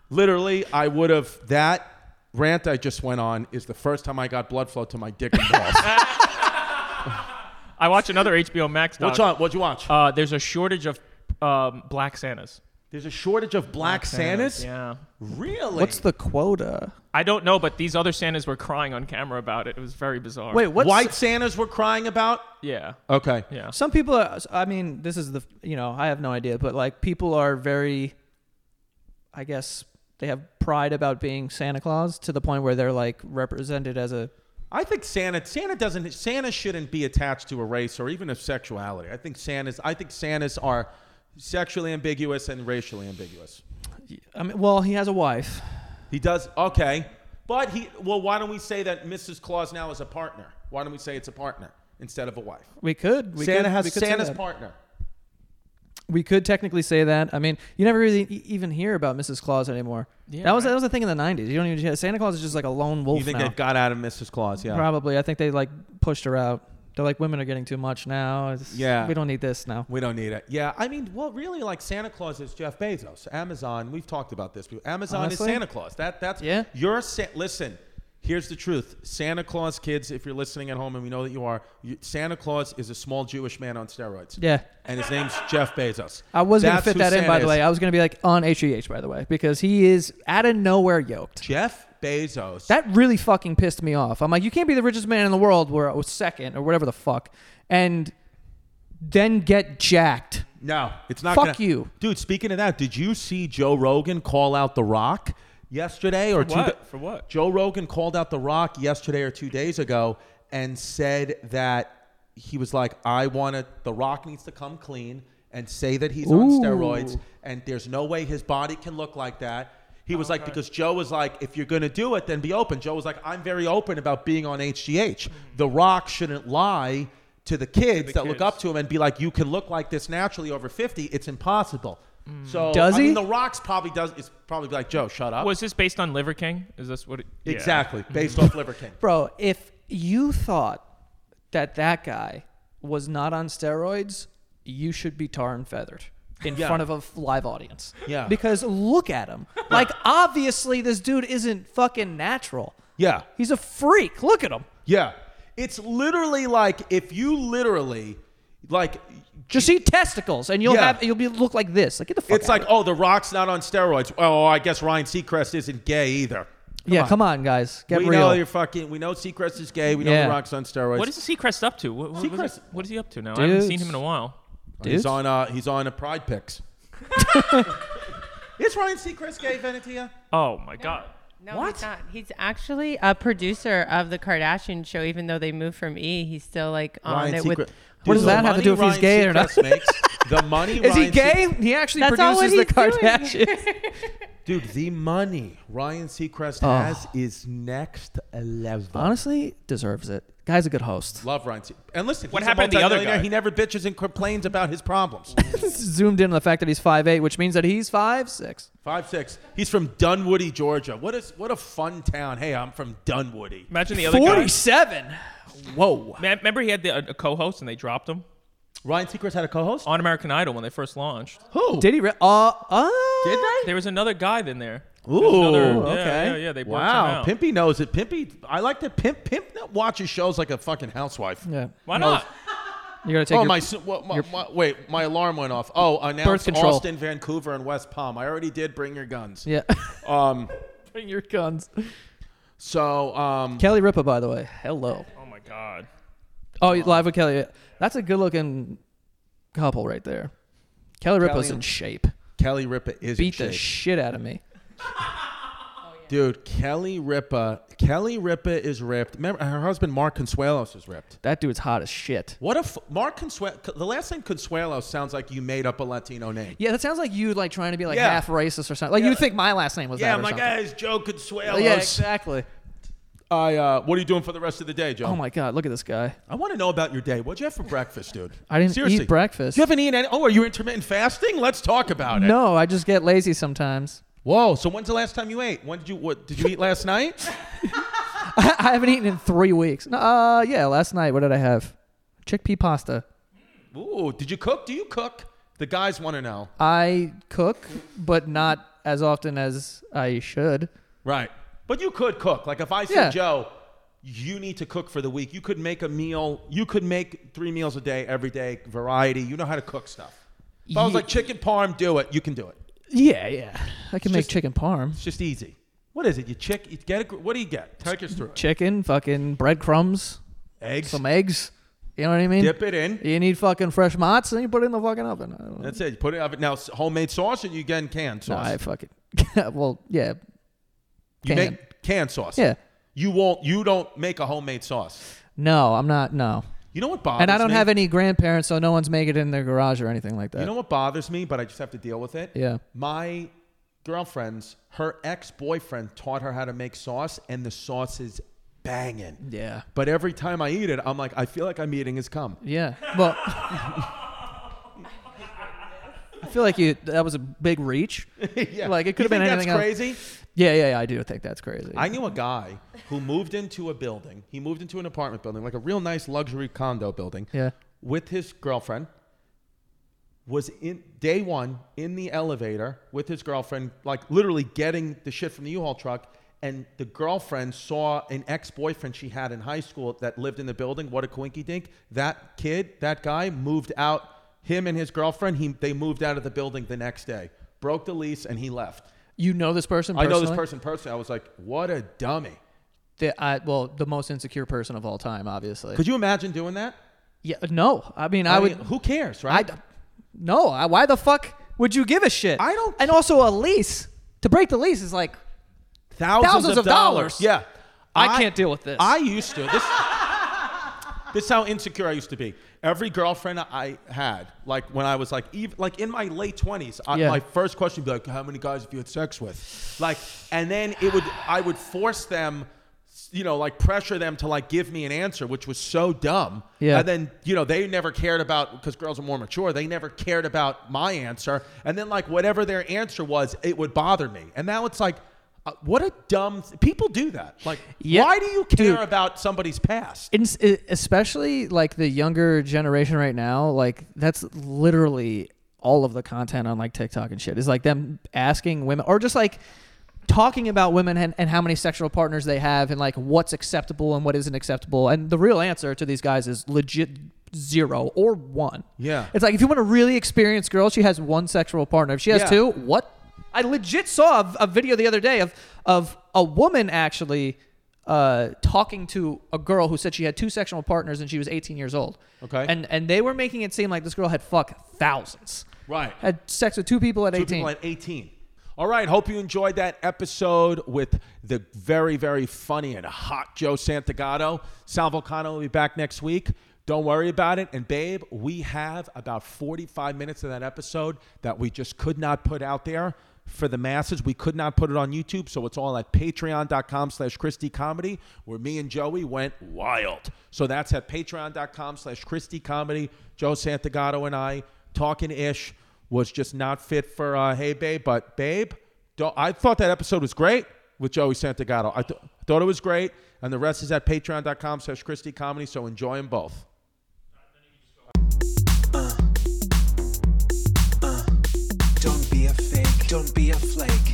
A: Literally, I would have that rant I just went on is the first time I got blood flow to my dick and balls.
D: I watch another HBO Max doc.
A: What's on? What'd you watch?
D: Uh, there's a shortage of um, black Santas.
A: There's a shortage of black, Santas.
D: Yeah.
A: Really?
C: What's the quota?
D: I don't know, but these other Santas were crying on camera about it. It was very bizarre.
C: Wait, what's
A: white Santas we're crying about?
D: Yeah.
A: Okay.
D: Yeah.
C: Some people are, I mean, this is the, you know, I have no idea, but like people are very, I guess they have pride about being Santa Claus to the point where they're like represented as a,
A: I think Santa Santa doesn't Santa shouldn't be attached to a race or even a sexuality. I think Santas I think Santas are sexually ambiguous and racially ambiguous.
C: I mean, well, he has a wife.
A: He does okay. But he well why don't we say that Mrs. Claus now is a partner? Why don't we say it's a partner instead of a wife?
C: We could. We
A: Santa
C: could,
A: has
C: we could say
A: Santa's
C: that.
A: partner.
C: We could technically say that. I mean, you never really e- even hear about Mrs. Claus anymore.
D: Yeah,
C: that was
D: right.
C: that was a thing in the '90s. You don't even Santa Claus is just like a lone wolf
A: You think
C: now.
A: they've got out of Mrs. Claus, yeah.
C: Probably. I think they like pushed her out. They're like women are getting too much now. It's-
A: Yeah.
C: we don't need this now.
A: We don't need it. Yeah, I mean, well, really, like Santa Claus is Jeff Bezos. Amazon, we've talked about this. but Amazon
C: Honestly?
A: is Santa Claus. That that's
C: Yeah.
A: You're Sa- listen. Here's the truth, Santa Claus kids. If you're listening at home, and we know that you are, you, Santa Claus is a small Jewish man on steroids.
C: Yeah.
A: and his name's Jeff Bezos.
C: I was
A: That's
C: gonna
A: who
C: fit that in,
A: Santa
C: by the
A: is.
C: way. I was gonna be like on Heh, by the way, because he is out of nowhere yoked.
A: Jeff Bezos.
C: That really fucking pissed me off. I'm like, you can't be the richest man in the world, where I was second or whatever the fuck, and then get jacked.
A: No, it's not.
C: Fuck
A: gonna-
C: you.
A: dude. Speaking of that, did you see Joe Rogan call out The Rock yesterday or two?
D: what?
A: da-
D: For what?
A: Joe Rogan called out The Rock yesterday or two days ago and said that he was like, "I want to. The Rock needs to come clean and say that he's on
C: Ooh.
A: steroids, and there's no way his body can look like that." He was like, because Joe was like, if you're gonna do it, then be open. Joe was like, I'm very open about being on HGH. The Rock shouldn't lie to the kids that look
D: kids.
A: up to him and be like, "You can look like this naturally over 50." It's impossible. So
C: Does
A: I mean,
C: he?
A: The Rock's probably does. It's probably like Joe, shut up.
D: Was this based on Liver King? Is this what? It, Yeah.
A: exactly based off Liver King.
C: Bro, if you thought that that guy was not on steroids, you should be tar and feathered in
A: Yeah.
C: front of a f- live audience.
A: Yeah.
C: Because look at him. Like, obviously, this dude isn't fucking natural.
A: Yeah,
C: He's a freak. Look at him.
A: yeah. It's literally like if you literally, like,
C: Just eat testicles, and you'll
A: Yeah.
C: have you'll be look like this. Like, get the fuck.
A: it's like, oh, The Rock's not on steroids. Oh, I guess Ryan Seacrest isn't gay either.
C: yeah, come on, guys, get
A: we
C: real.
A: know you're fucking. We know Seacrest is gay. We know
C: Yeah.
A: The Rock's on steroids.
D: What is Seacrest up to? What, what, was
A: Seacrest-
D: it- what is he up to now? I haven't seen
C: Dudes.
D: him in a while.
A: He's
C: Dudes?
A: on. Uh, he's on a Pride Picks. is Ryan Seacrest gay, Venetia?
D: Oh my God.
E: No,
A: What?
E: he's not. He's actually a producer of the Kardashian show. Even though they moved from E, he's still like on
A: Ryan
E: it
A: Seacrest.
E: with.
C: What does
A: the
C: that have to
A: money
C: do if he's
A: Ryan
C: gay or not?
A: Seacrest makes, the money.
C: Is he
A: Ryan Seacrest-
C: gay? He actually
E: That's all what
C: produces the
E: he's doing.
C: Kardashians.
A: Dude, the money Ryan Seacrest has is next level.
C: Honestly, deserves it. Guy's a good host.
A: Love Ryan Seacrest. And listen,
D: What
A: he's a
D: happened to the other
A: multimillionaire.
D: guy?
A: He never bitches and complains about his problems.
C: Zoomed in on the fact that he's 5'8", which means that he's five six.
A: Five six. He's from Dunwoody, Georgia. What is what a fun town. Hey, I'm from Dunwoody.
D: Imagine the other guy.
C: 47. Whoa.
D: Man, remember he had the, uh, a co-host and they dropped him
A: Ryan Seacrest had a co-host.
D: on American Idol when they first launched.
A: Who
C: Did he? Re- uh, uh,
A: Did they?
D: There was another guy then there.
A: Ooh.
D: yeah,
C: okay.
D: Yeah, yeah, they worked him
A: Wow,
D: out.
A: Pimpy knows it. Pimpy, I like that. Pimp, Pimp watches shows like a fucking housewife.
C: Yeah.
D: Why not?
C: You gotta take.
A: Oh
C: your-
A: my, s- what, my, my! Wait, my alarm went off. Oh,
C: Birth
A: announce
C: control.
A: Austin, Vancouver, and West Palm. I already did. Bring your guns.
C: Yeah.
A: Um.
C: Bring your guns.
A: So, um,
C: Kelly Ripa, by the way. Hello.
D: Oh my God.
C: Oh, you live with Kelly. That's a good looking couple right there. Kelly Ripa's
A: Kelly-
C: in shape.
A: Kelly Ripa is
C: Beat
A: in
C: the
A: shape.
C: shit out of me.
A: dude. Kelly Ripa. Kelly Ripa is ripped. Remember, her husband Mark Consuelos is ripped.
C: That dude's hot as shit.
A: What if Mark Consuelo? The last name Consuelo sounds like you made up a Latino name.
C: Yeah, that sounds like you like trying to be like
A: Yeah.
C: half racist or something. Like you think my last name was
A: Yeah,
C: that
A: I'm
C: or
A: like,
C: something.
A: hey, it's Joe Consuelo.
C: yeah, exactly.
A: I, uh, what are you doing for the rest of the day, Joe?
C: Oh my god, look at this guy.
A: I want to know about your day. What'd you have for breakfast, dude?
C: I didn't
A: Seriously.
C: eat breakfast.
A: You haven't eaten any? Oh, are you intermittent fasting? Let's talk about it.
C: No, I just get lazy sometimes.
A: Whoa. So when's the last time you ate? When did you? What did you eat last night?
C: I haven't eaten in three weeks. No, Uh, yeah, last night. What did I have? Chickpea pasta.
A: Ooh. Did you cook? Do you cook? The guys want to know.
C: I cook, but not as often as I should.
A: Right. But you could cook. Like if I said,
C: Yeah.
A: Joe, you need to cook for the week. You could make a meal. You could make three meals a day, every day, variety. You know how to cook stuff. If I was
C: Ye-
A: like chicken parm, do it. You can do it.
C: Yeah, yeah. I can make
A: just-
C: chicken parm.
A: It's just easy. What is it? You chick? You get a, gr- what do you get? Take us through it.
C: Chicken, fucking breadcrumbs,
A: Eggs.
C: some eggs. You know what I mean?
A: Dip it in.
C: You need fucking fresh mozz, and you put it in the fucking oven. I don't know.
A: That's it. You put it in oven. Now s- homemade sauce, or you get canned
C: No,
A: sauce.
C: I fucking. well, yeah,
A: you
C: can.
A: make canned sauce.
C: yeah.
A: You won't. You don't make a homemade sauce.
C: No, I'm not. No,
A: You know what bothers
C: and I don't
A: me?
C: have any grandparents, so no one's making it in their garage or anything like that.
A: You know what bothers me, but I just have to deal with it.
C: Yeah.
A: My girlfriend's, her ex boyfriend taught her how to make sauce, and the sauce is banging.
C: yeah.
A: But every time I eat it, I'm like, I feel like I'm eating his cum.
C: Yeah. Well, I feel like you. That was a big reach.
A: yeah.
C: Like, it
A: You
C: could've been
A: think That's
C: anything else.
A: crazy.
C: Yeah, yeah, yeah. I do think that's crazy.
A: I knew a guy who moved into a building. He moved into an apartment building, like a real nice luxury condo building.
C: Yeah.
A: With his girlfriend. Was in day one in the elevator with his girlfriend, like literally getting the shit from the U-Haul truck. And the girlfriend saw an ex-boyfriend she had in high school that lived in the building. What a coinky dink! That kid, that guy, moved out. Him and his girlfriend, he they moved out of the building the next day. Broke the lease and he left.
C: you know this person.
A: I
C: Personally?
A: know this person personally. I was like, what a dummy.
C: The, I, well, the most insecure person of all time, obviously.
A: Could you imagine doing that?
C: yeah. No, I mean, I,
A: I,
C: would.
A: mean, who cares,
C: I.
A: right?
C: No. I, why the fuck would you give a shit?
A: I don't-
C: And also, a lease to break the lease is like
A: thousands,
C: Thousands of dollars.
A: Yeah.
C: I can't deal with this.
A: I used to. This, this is how insecure I used to be. Every girlfriend I had, like when I was like, even, like in my late twenties,
C: Yeah.
A: my first question would be like, "How many guys have you had sex with?" Like, and then it would, I would force them, you know, like pressure them to like give me an answer, which was so dumb.
C: Yeah.
A: And then you know they never cared about because girls are more mature. They never cared about my answer, and then like whatever their answer was, it would bother me. And now it's like. Uh, what a dumb people do that. Like,
C: Yeah.
A: why do you care
C: Dude.
A: about somebody's past?
C: in, e, especially like the younger generation right now like that's literally all of the content on like tiktok and shit is like them asking women or just like talking about women and, and how many sexual partners they have and like what's acceptable and what isn't acceptable and the real answer to these guys is legit zero or one
A: Yeah.
C: it's like if you want a really experienced girl she has one sexual partner if she has
A: Yeah.
C: two what i legit saw a, a video the other day of of a woman actually uh, talking to a girl who said she had two sexual partners and she was 18 years old.
A: Okay.
C: And and they were making it seem like this girl had fuck thousands.
A: Right.
C: Had sex with two people at
A: Two
C: 18.
A: people at 18. All right. Hope you enjoyed that episode with the very, very funny and hot Joe Santagato. Sal Volcano will be back next week. Don't worry about it. And, babe, we have about 45 minutes of that episode that we just could not put out there for the masses. We could not put it on YouTube, so it's all at patreon.com slash Christie Comedy, where me and Joey went wild. So that's at patreon.com slash Christie Comedy. Joe Santagato and I talking ish was just not fit for uh, Hey Babe, but Babe, don't, I thought that episode was great with Joey Santagato. I th- thought it was great, and the rest is at patreon.com slash Christie Comedy, so enjoy them both.
B: Don't be a fake, don't be a flake,